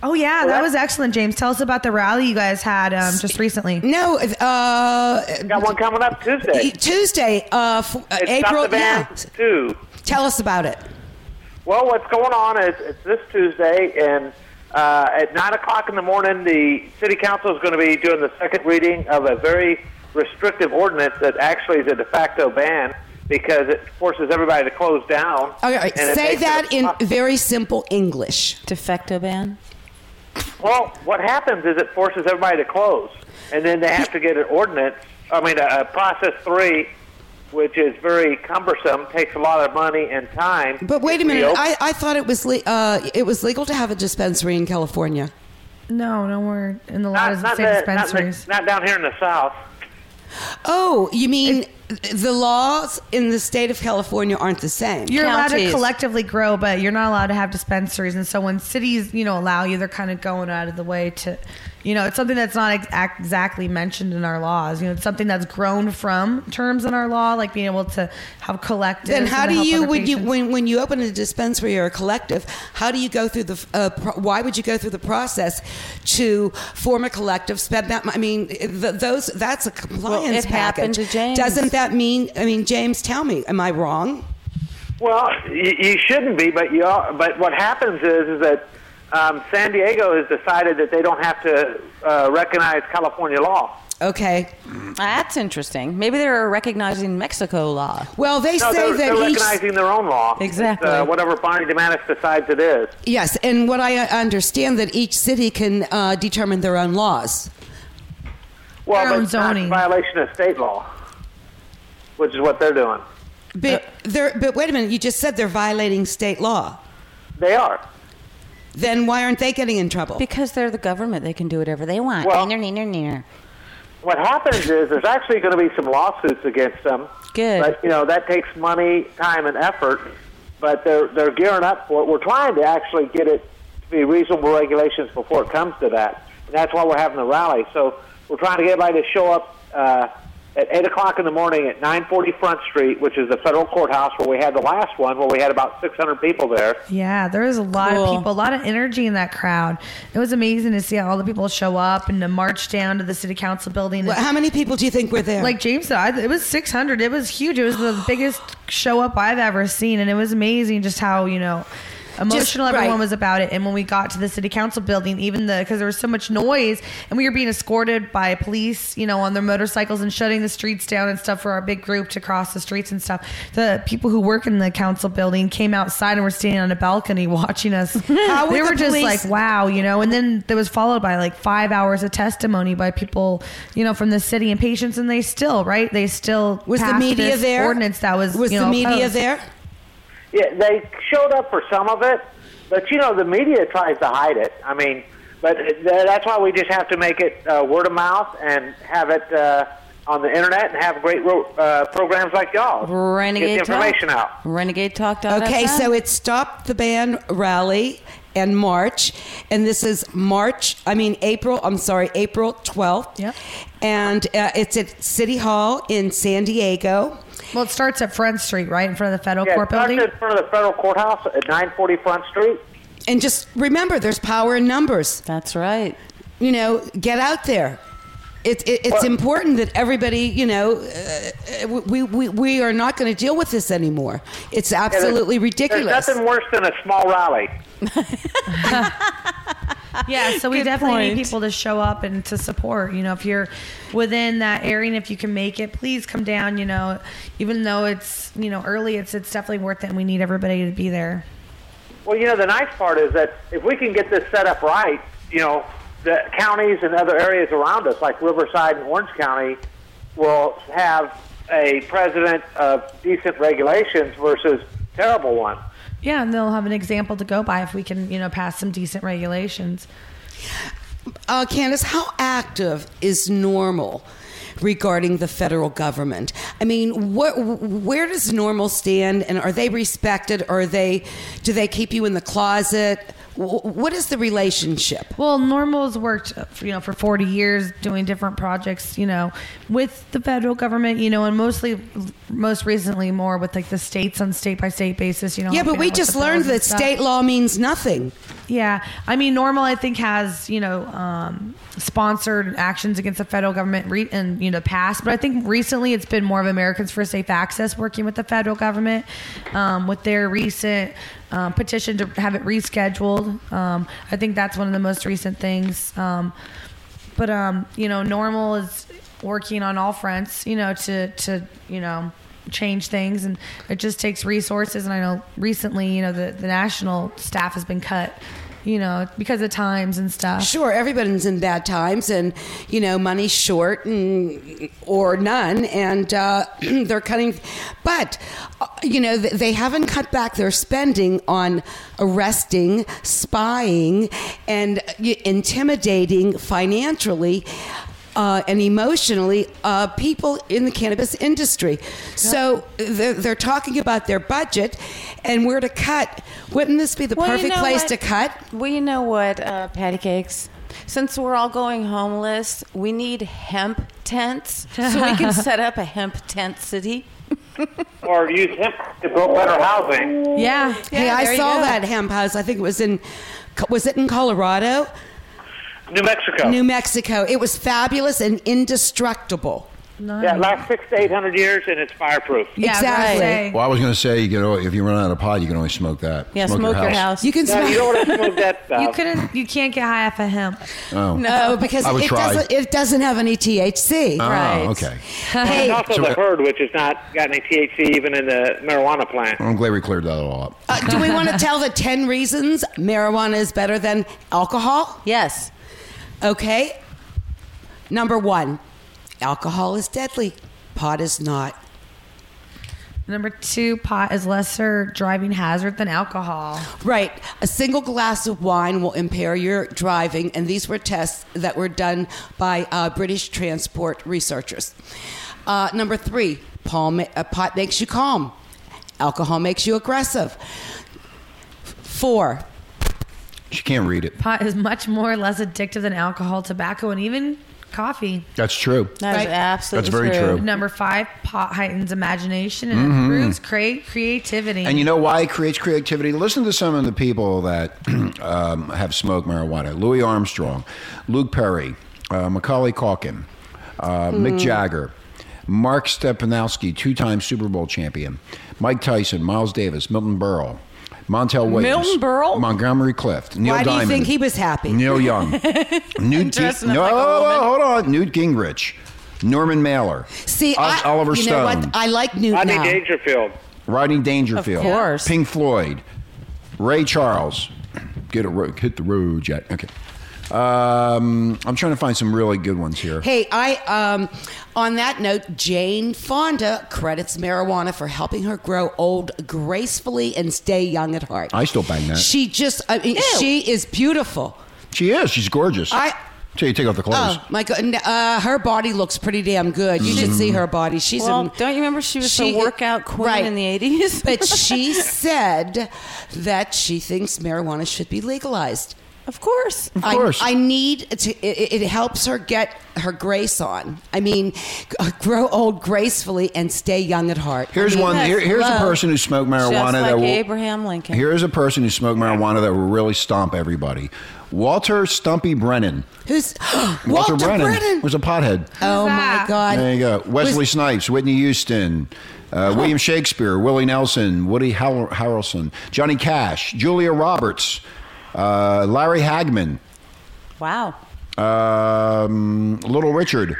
E: oh yeah, that was excellent, James. Tell us about the rally you guys had um, just recently.
F: No, uh, e,
E: got
H: one coming up Tuesday.
F: Tuesday, uh, f- uh,
H: It's Stop
F: April.
H: the Band
F: yeah.
H: Two.
F: Tell us about it.
H: Well, what's going on is it's this Tuesday, and uh, at nine o'clock in the morning, the city council is going to be doing the second reading of a very restrictive ordinance that actually is a de facto ban because it forces everybody to close down.
F: Okay, all right,
H: and it
F: say
H: makes it
F: that in very simple English. De facto ban.
H: Well, what happens is it forces everybody to close, and then they have to get an ordinance. I mean, a, a process three, which is very cumbersome, takes a lot of money and time.
F: But wait a
H: to
F: minute,
H: reopen.
F: I, I thought it was le- uh, it was legal to have a dispensary in California.
E: No, no, we're in the lot
H: not,
E: of
H: not,
E: same
H: the, not,
E: dispensaries.
H: the, not down here in the south.
F: Oh, you mean the laws in the state of California aren't the same?
E: You're allowed to collectively grow, but you're not allowed to have dispensaries. And so when cities, you know, allow you, they're kind of going out of the way to, you know, it's something that's not ex- ac- exactly mentioned in our laws. You know, it's something that's grown from terms in our law, like being able to have collectives.
F: Then how
E: and
F: do
E: help
F: you
E: other
F: when you
E: patients.
F: when, when you open a dispensary or a collective? How do you go through the uh, pro- why would you go through the process to form a collective? Spend that mon- I mean th- those that's a compliance
D: it happened
F: package.
D: to James.
F: Doesn't that mean I mean James? Tell me, am I wrong?
H: Well, you, you shouldn't be, but you are. But what happens is, is that um, San Diego has decided that they don't have to uh, recognize California law.
F: Okay.
D: That's interesting. Maybe they're recognizing Mexico law.
F: Well, they
H: no, they're, they're recognizing their own law.
D: Exactly.
H: It's, uh, whatever Bonnie DeMantis decides it is.
F: Yes, and what I uh, understand that each city can uh, determine their own laws.
H: Well, but it's not in violation of state law, which is what they're doing. Uh,
F: But they're, but wait a minute, you just said they're violating state law.
H: They are.
F: Then why aren't they getting in trouble?
D: Because they're the government, they can do whatever they want.
H: Well-
D: near, near, near, near.
H: What happens is there's actually going to be some lawsuits against them.
D: Good.
H: But you know that takes money, time, and effort. But they're they're gearing up for it. We're trying to actually get it to be reasonable regulations before it comes to that. And that's why we're having the rally. So we're trying to get everybody to show up uh, at eight o'clock in the morning at nine forty Front Street, which is the federal courthouse where we had the last one, where we had about six hundred people there.
E: Yeah, there was a lot
H: Cool.
E: of people, a lot of energy in that crowd. It was amazing to see all the people show up and to march down to the city council building.
F: Well, how many people do you think were there?
E: Like James said, I, it was 600. It was huge. It was the biggest show up I've ever seen, and it was amazing just how you know. Emotional,
F: right.
E: everyone was about it. And when we got to the city council building, even the because there was so much noise, and we were being escorted by police, you know, on their motorcycles and shutting the streets down and stuff for our big group to cross the streets and stuff. The people who work in the council building came outside and were standing on a balcony watching us.
F: How would
E: they
F: the
E: were just
F: police-
E: like, wow, you know. And then there was followed by like five hours of testimony by people, you know, from the city and patients, and they still, right? They still
F: Was the
E: passed
F: media
E: this
F: there?
E: Ordinance that was
F: Was
E: you
F: the
E: know,
F: media
E: opposed.
F: there?
H: Yeah, they showed up for some of it, but you know the media tries to hide it. I mean, but th- that's why we just have to make it uh, word of mouth and have it uh, on the internet and have great ro- uh, programs like y'all.
D: Renegade
H: Get the information out.
D: Talk. Renegade Talk.
E: Oh,
F: Okay, so it stopped the band rally and march, and this is March. I mean April. I'm sorry, April 12th. Yep. And uh, it's at City Hall in San Diego.
E: Well, it starts at Front Street, right in front of the federal
H: Yeah,
E: court
H: it starts
E: building.
H: in front of the federal courthouse at 940 Front Street.
F: And just remember, there's power in numbers.
D: That's right.
F: You know, get out there. It, it, it's important that everybody, you know, uh, we, we, we are not going to deal with this anymore. It's
J: there's-
F: absolutely ridiculous.
J: There's nothing worse than a small rally.
E: Yeah, so we definitely need
J: point.
E: people to show up and to support. You know, if you're within that area and if you can make it, please come down. You know, even though it's you know early, it's it's definitely worth it, and we need everybody to be there.
J: Well, you know, the nice part is that if we can get this set up right, you know, the counties and other areas around us, like Riverside and Orange County, will have a president of decent regulations versus terrible one.
E: Yeah, and they'll have an example to go by if we can you know pass some decent regulations.
F: Uh, Candace, how active is normal regarding the federal government? I mean, what, where does normal stand, and are they respected? Or are they do they keep you in the closet? Wh- What is the relationship?
E: Well, Normal's worked, uh, for, you know, for 40 years doing different projects, you know, with the federal government, you know, and mostly, most recently, more with like the states on state by state basis, you know.
F: yeah, but
E: helping
F: we
E: out with
F: just
E: the bills
F: learned
E: and
F: that
E: stuff.
F: state law means nothing.
E: Yeah, I mean, Normal I think has you know um, sponsored actions against the federal government re- in you know the past, but I think recently it's been more of Americans for Safe Access working with the federal government um, with their recent um, petition to have it rescheduled. Um, I think that's one of the most recent things. Um, but um, you know, Normal is working on all fronts, you know, to to you know change things, and it just takes resources. And I know recently, you know, the the national staff has been cut, you know, because of times and stuff.
F: Sure, everybody's in bad times, and you know, money's short and or none, and uh, they're cutting. But uh, you know, th- they haven't cut back their spending on arresting, spying, and uh, y- intimidating financially. Uh, and emotionally, uh, people in the cannabis industry. So they're, they're talking about their budget and where to cut. Wouldn't this be the
D: Well, you
F: perfect
D: know
F: place
D: what?
F: to cut?
D: Well, you know what, uh, patty cakes. Since we're all going homeless, we need hemp tents so we can set up a hemp tent city.
J: Or use him to build better housing.
E: Yeah.
F: Hey,
D: Yeah,
F: I
D: there you
F: saw
D: go.
F: that hemp house. I think it was in, was it in Colorado?
J: New Mexico.
F: New Mexico. It was fabulous and indestructible.
J: Yeah, last six to eight hundred years, and it's fireproof.
F: exactly.
C: Well, I was going to say, you can. If you run out of pot, you can only smoke that.
E: You can.
J: Yeah, you don't want to smoke that stuff.
E: You couldn't. You can't get high off of hemp.
C: Oh.
F: No, because
C: I would
F: it
C: try.
F: doesn't. It doesn't have any THC.
C: Ah, Right. okay.
J: Well,
F: Hey,
J: it's also the herd, which has not got any THC even in the marijuana plant.
C: I'm glad we cleared that all up.
F: uh, do we want to tell the ten reasons marijuana is better than alcohol?
D: Yes.
F: Okay. Number one, alcohol is deadly. Pot is not.
E: Number two, pot is lesser driving hazard than alcohol.
F: Right. A single glass of wine will impair your driving, and these were tests that were done by uh, British transport researchers. Uh, number three, palm, uh, pot makes you calm, alcohol makes you aggressive. Four,
C: She can't read it.
E: Pot is much more less addictive than alcohol, tobacco, and even coffee.
C: That's true.
E: That is
C: That's very true.
E: Number five, pot heightens imagination and
C: Mhm.
E: improves crea- creativity.
C: And you know why it creates creativity? Listen to some of the people that um, have smoked marijuana Louis Armstrong, Luke Perry, uh, Macaulay Calkin, uh, Mick
F: Hmm.
P: Mm.
C: Jagger, Mark Stepanowski, two time Super Bowl champion, Mike Tyson, Miles Davis, Milton Berle. Montel Williams,
F: Milton Berle?
C: Montgomery Clift, Neil
F: why do you
C: Diamond,
F: think he was happy?
C: Neil Young, Newt, Ging-
F: Dressing up
C: no,
F: like a woman.
C: hold on, Newt Gingrich, Norman Mailer,
F: See,
C: Os-
F: I,
C: Oliver
F: you
C: Stone,
F: know what? I like Newt
C: Rodney
F: now.
C: Dangerfield.
J: Field.
C: Rodney Dangerfield.
F: Of course.
C: Pink Floyd. Ray Charles. Get a ro- hit the road, Jack. Okay. Um, I'm trying to find some really good ones here.
F: Hey, I um, on that note, Jane Fonda credits marijuana for helping her grow old gracefully and stay young at heart.
C: I still bang that.
F: She just, I mean, she is beautiful.
C: She is. She's gorgeous.
F: I-
C: Till you take off the clothes.
F: Oh my god, n- uh, her body looks pretty damn good. You
C: Mm-hmm.
F: should see her body. She's
D: Well,
F: in,
D: don't you remember she was the workout queen in the
F: eighties? but she said that she thinks marijuana should be legalized.
D: Of course.
F: Of
D: course.
F: I, I need to, it, it helps her get her grace on. I mean, g- grow old gracefully and stay young at heart.
C: Here's
F: I mean,
C: one. Here, here's a
F: love-
C: person who smoked marijuana
D: Just
C: that
D: like
C: will.
D: Abraham Lincoln.
C: Here's a person who smoked marijuana that will really stomp everybody. Walter Stumpy Brennan.
F: Who's
C: Walter, Brennan, was a pothead.
F: Oh my God!
C: There you go. Wesley Snipes, Whitney Houston, uh, William Shakespeare, Willie Nelson, Woody Har- Harrelson, Johnny Cash, Julia Roberts, uh, Larry Hagman,
D: Wow.
C: um, Little Richard,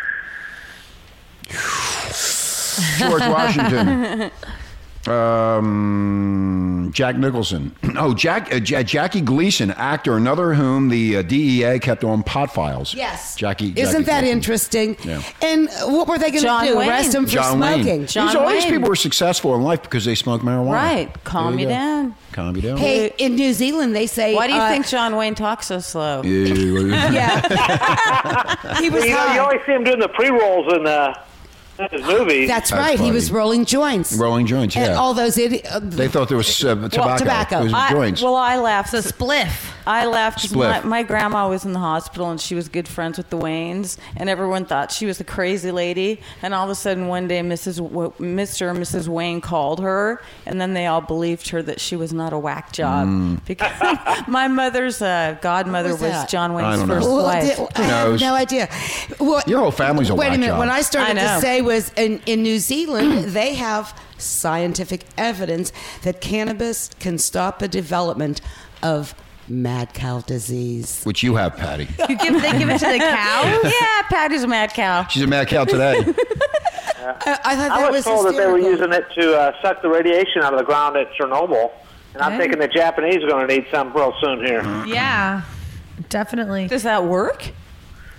C: George Washington. Um, Jack Nicholson. Oh, Jack, uh, Ja- Jackie Gleason, actor, another whom the uh, DEA kept on pot files.
F: Yes.
C: Jackie.
F: Isn't
C: Jackie
F: that
C: Gleason.
F: interesting?
C: Yeah.
F: And what were they going
D: John
F: to do?
D: Wayne.
F: Arrest him for
C: John Wayne.
F: smoking?
C: These, all these people were successful in life because they smoked marijuana.
D: Right. Calm
C: There
D: you
C: go.
D: down.
C: Calm you down.
F: Hey, in New Zealand, they say.
D: Why do you
F: uh,
D: think John Wayne talks so slow?
C: Yeah, what is-
F: He was
J: you, know,
F: high.
J: you always see him doing the pre rolls in, uh, in his movies.
F: That's, right. He was rolling joints.
C: Rolling joints,
F: And
C: yeah.
F: all those idi- uh,
C: they thought there was uh, tobacco. It was
D: I,
C: joints.
D: Well, I laughed. It's a spliff. I laughed. 'cause
C: Spliff.
D: My, my grandma was in the hospital and she was good friends with the Waynes, and everyone thought she was a crazy lady. And all of a sudden, one day, Mrs. W- Mr. and Mrs. Wayne called her, and then they all believed her that she was not a whack job.
C: Mm.
D: Because my mother's uh, godmother
F: was
D: was,
F: that?
D: John
C: I
D: Wayne's
C: don't know.
D: first
C: Well,
D: wife.
F: did- I have
C: knows?
F: no idea. Well,
C: Your whole family's a
F: Wait a
C: whack
F: minute.
C: job.
F: When I
D: I
F: started to
D: know.
F: say was in, in New Zealand, they have scientific evidence that cannabis can stop the development of mad cow disease.
C: Which you have, Patty.
D: You give, they give it to the cow? yeah, Patty's a mad cow.
C: She's a mad cow today.
F: I, I thought
J: I
F: that
J: was,
F: was
J: told that they
F: hysterical.
J: were using it to uh, suck the radiation out of the ground at Chernobyl, and I'm
E: Hey.
J: thinking the Japanese are going to need some real soon here.
E: Yeah, definitely.
D: Does that work?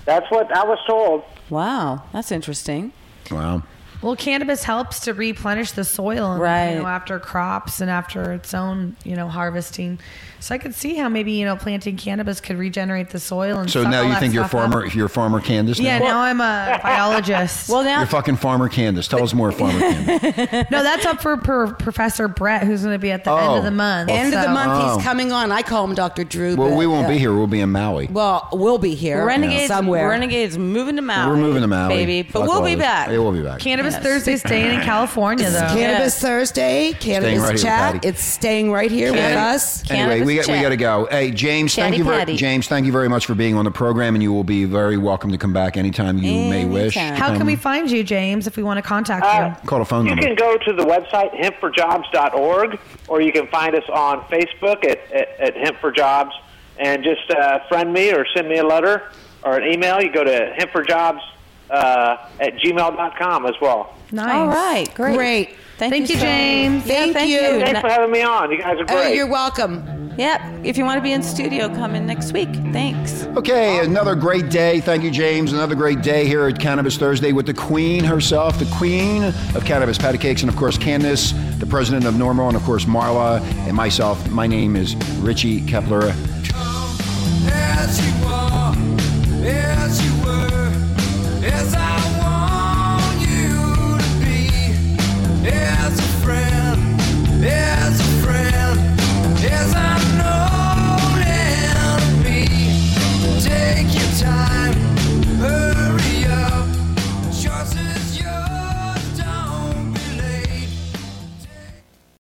J: That's what I was told.
D: Wow, that's interesting.
C: wow.
E: Well, cannabis helps to replenish the soil, and,
D: Right.
E: You know, after crops and after its own, you know, harvesting. So I could see how maybe you know planting cannabis could regenerate the soil. And
C: So
E: suck
C: now
E: all
C: you
E: that
C: think you're
E: stuff up.
C: farmer, you're farmer Candace.
E: Yeah,
C: now?
E: now I'm a biologist. well,
C: You're fucking farmer Candace. Tell us more, farmer Candace.
E: no, that's up for per- Professor Brett, who's going to be at the end
C: Oh.
E: of the month.
F: End of the month,
C: Oh.
F: he's coming on. I call him Dr. Drew.
C: Well,
F: but,
C: we won't
F: uh,
C: be here. We'll be in Maui.
F: Well, we'll be here
D: Renegades,
F: somewhere.
D: Renegades moving to Maui.
C: We're moving to Maui,
D: Baby, but
C: Fuck
D: we'll
C: all
D: be
C: this.
D: back.
C: Yeah, we'll be back.
E: Cannabis Thursday staying in California
F: It's
E: though.
F: Cannabis Thursday, Cannabis
C: right here with
F: Chat.
C: Patty.
F: It's staying right here with us.
C: Anyway, we got, we got to go. Hey, James, thank
F: Chatty
C: you very
F: Patty.
C: James, thank you very much for being on the program, and you will be very welcome to come back anytime you may wish. to
E: How can
C: come.
E: we find you, James, if we want to contact you?
C: call a phone
J: You
C: number?
J: can go to the website hempforjobs.org, or you can find us on Facebook at, at, at Hemp for Jobs, and just uh, friend me or send me a letter or an email. You go to hempforjobs uh, at gmail.com as well.
E: Nice.
D: All right, great.
F: Great.
D: Thank,
E: Thank you,
D: so much.
E: James.
D: Yeah,
F: Thank
D: thank
F: you.
D: you.
J: Thanks for having me on. You guys are
F: Oh,
J: great.
F: you're welcome.
D: Yep. If you want to be in studio, come in next week. Thanks.
C: Okay, another great day. Thank you, James. Another great day here at Cannabis Thursday with the Queen herself, the Queen of Cannabis Patty Cakes, and of course Candace, the President of Normal, and of course Marla and myself. My name is Richie Kepler.
G: As you are, as you were, as I want you to be, as a friend, as a friend, as I'm known and be. Take your time,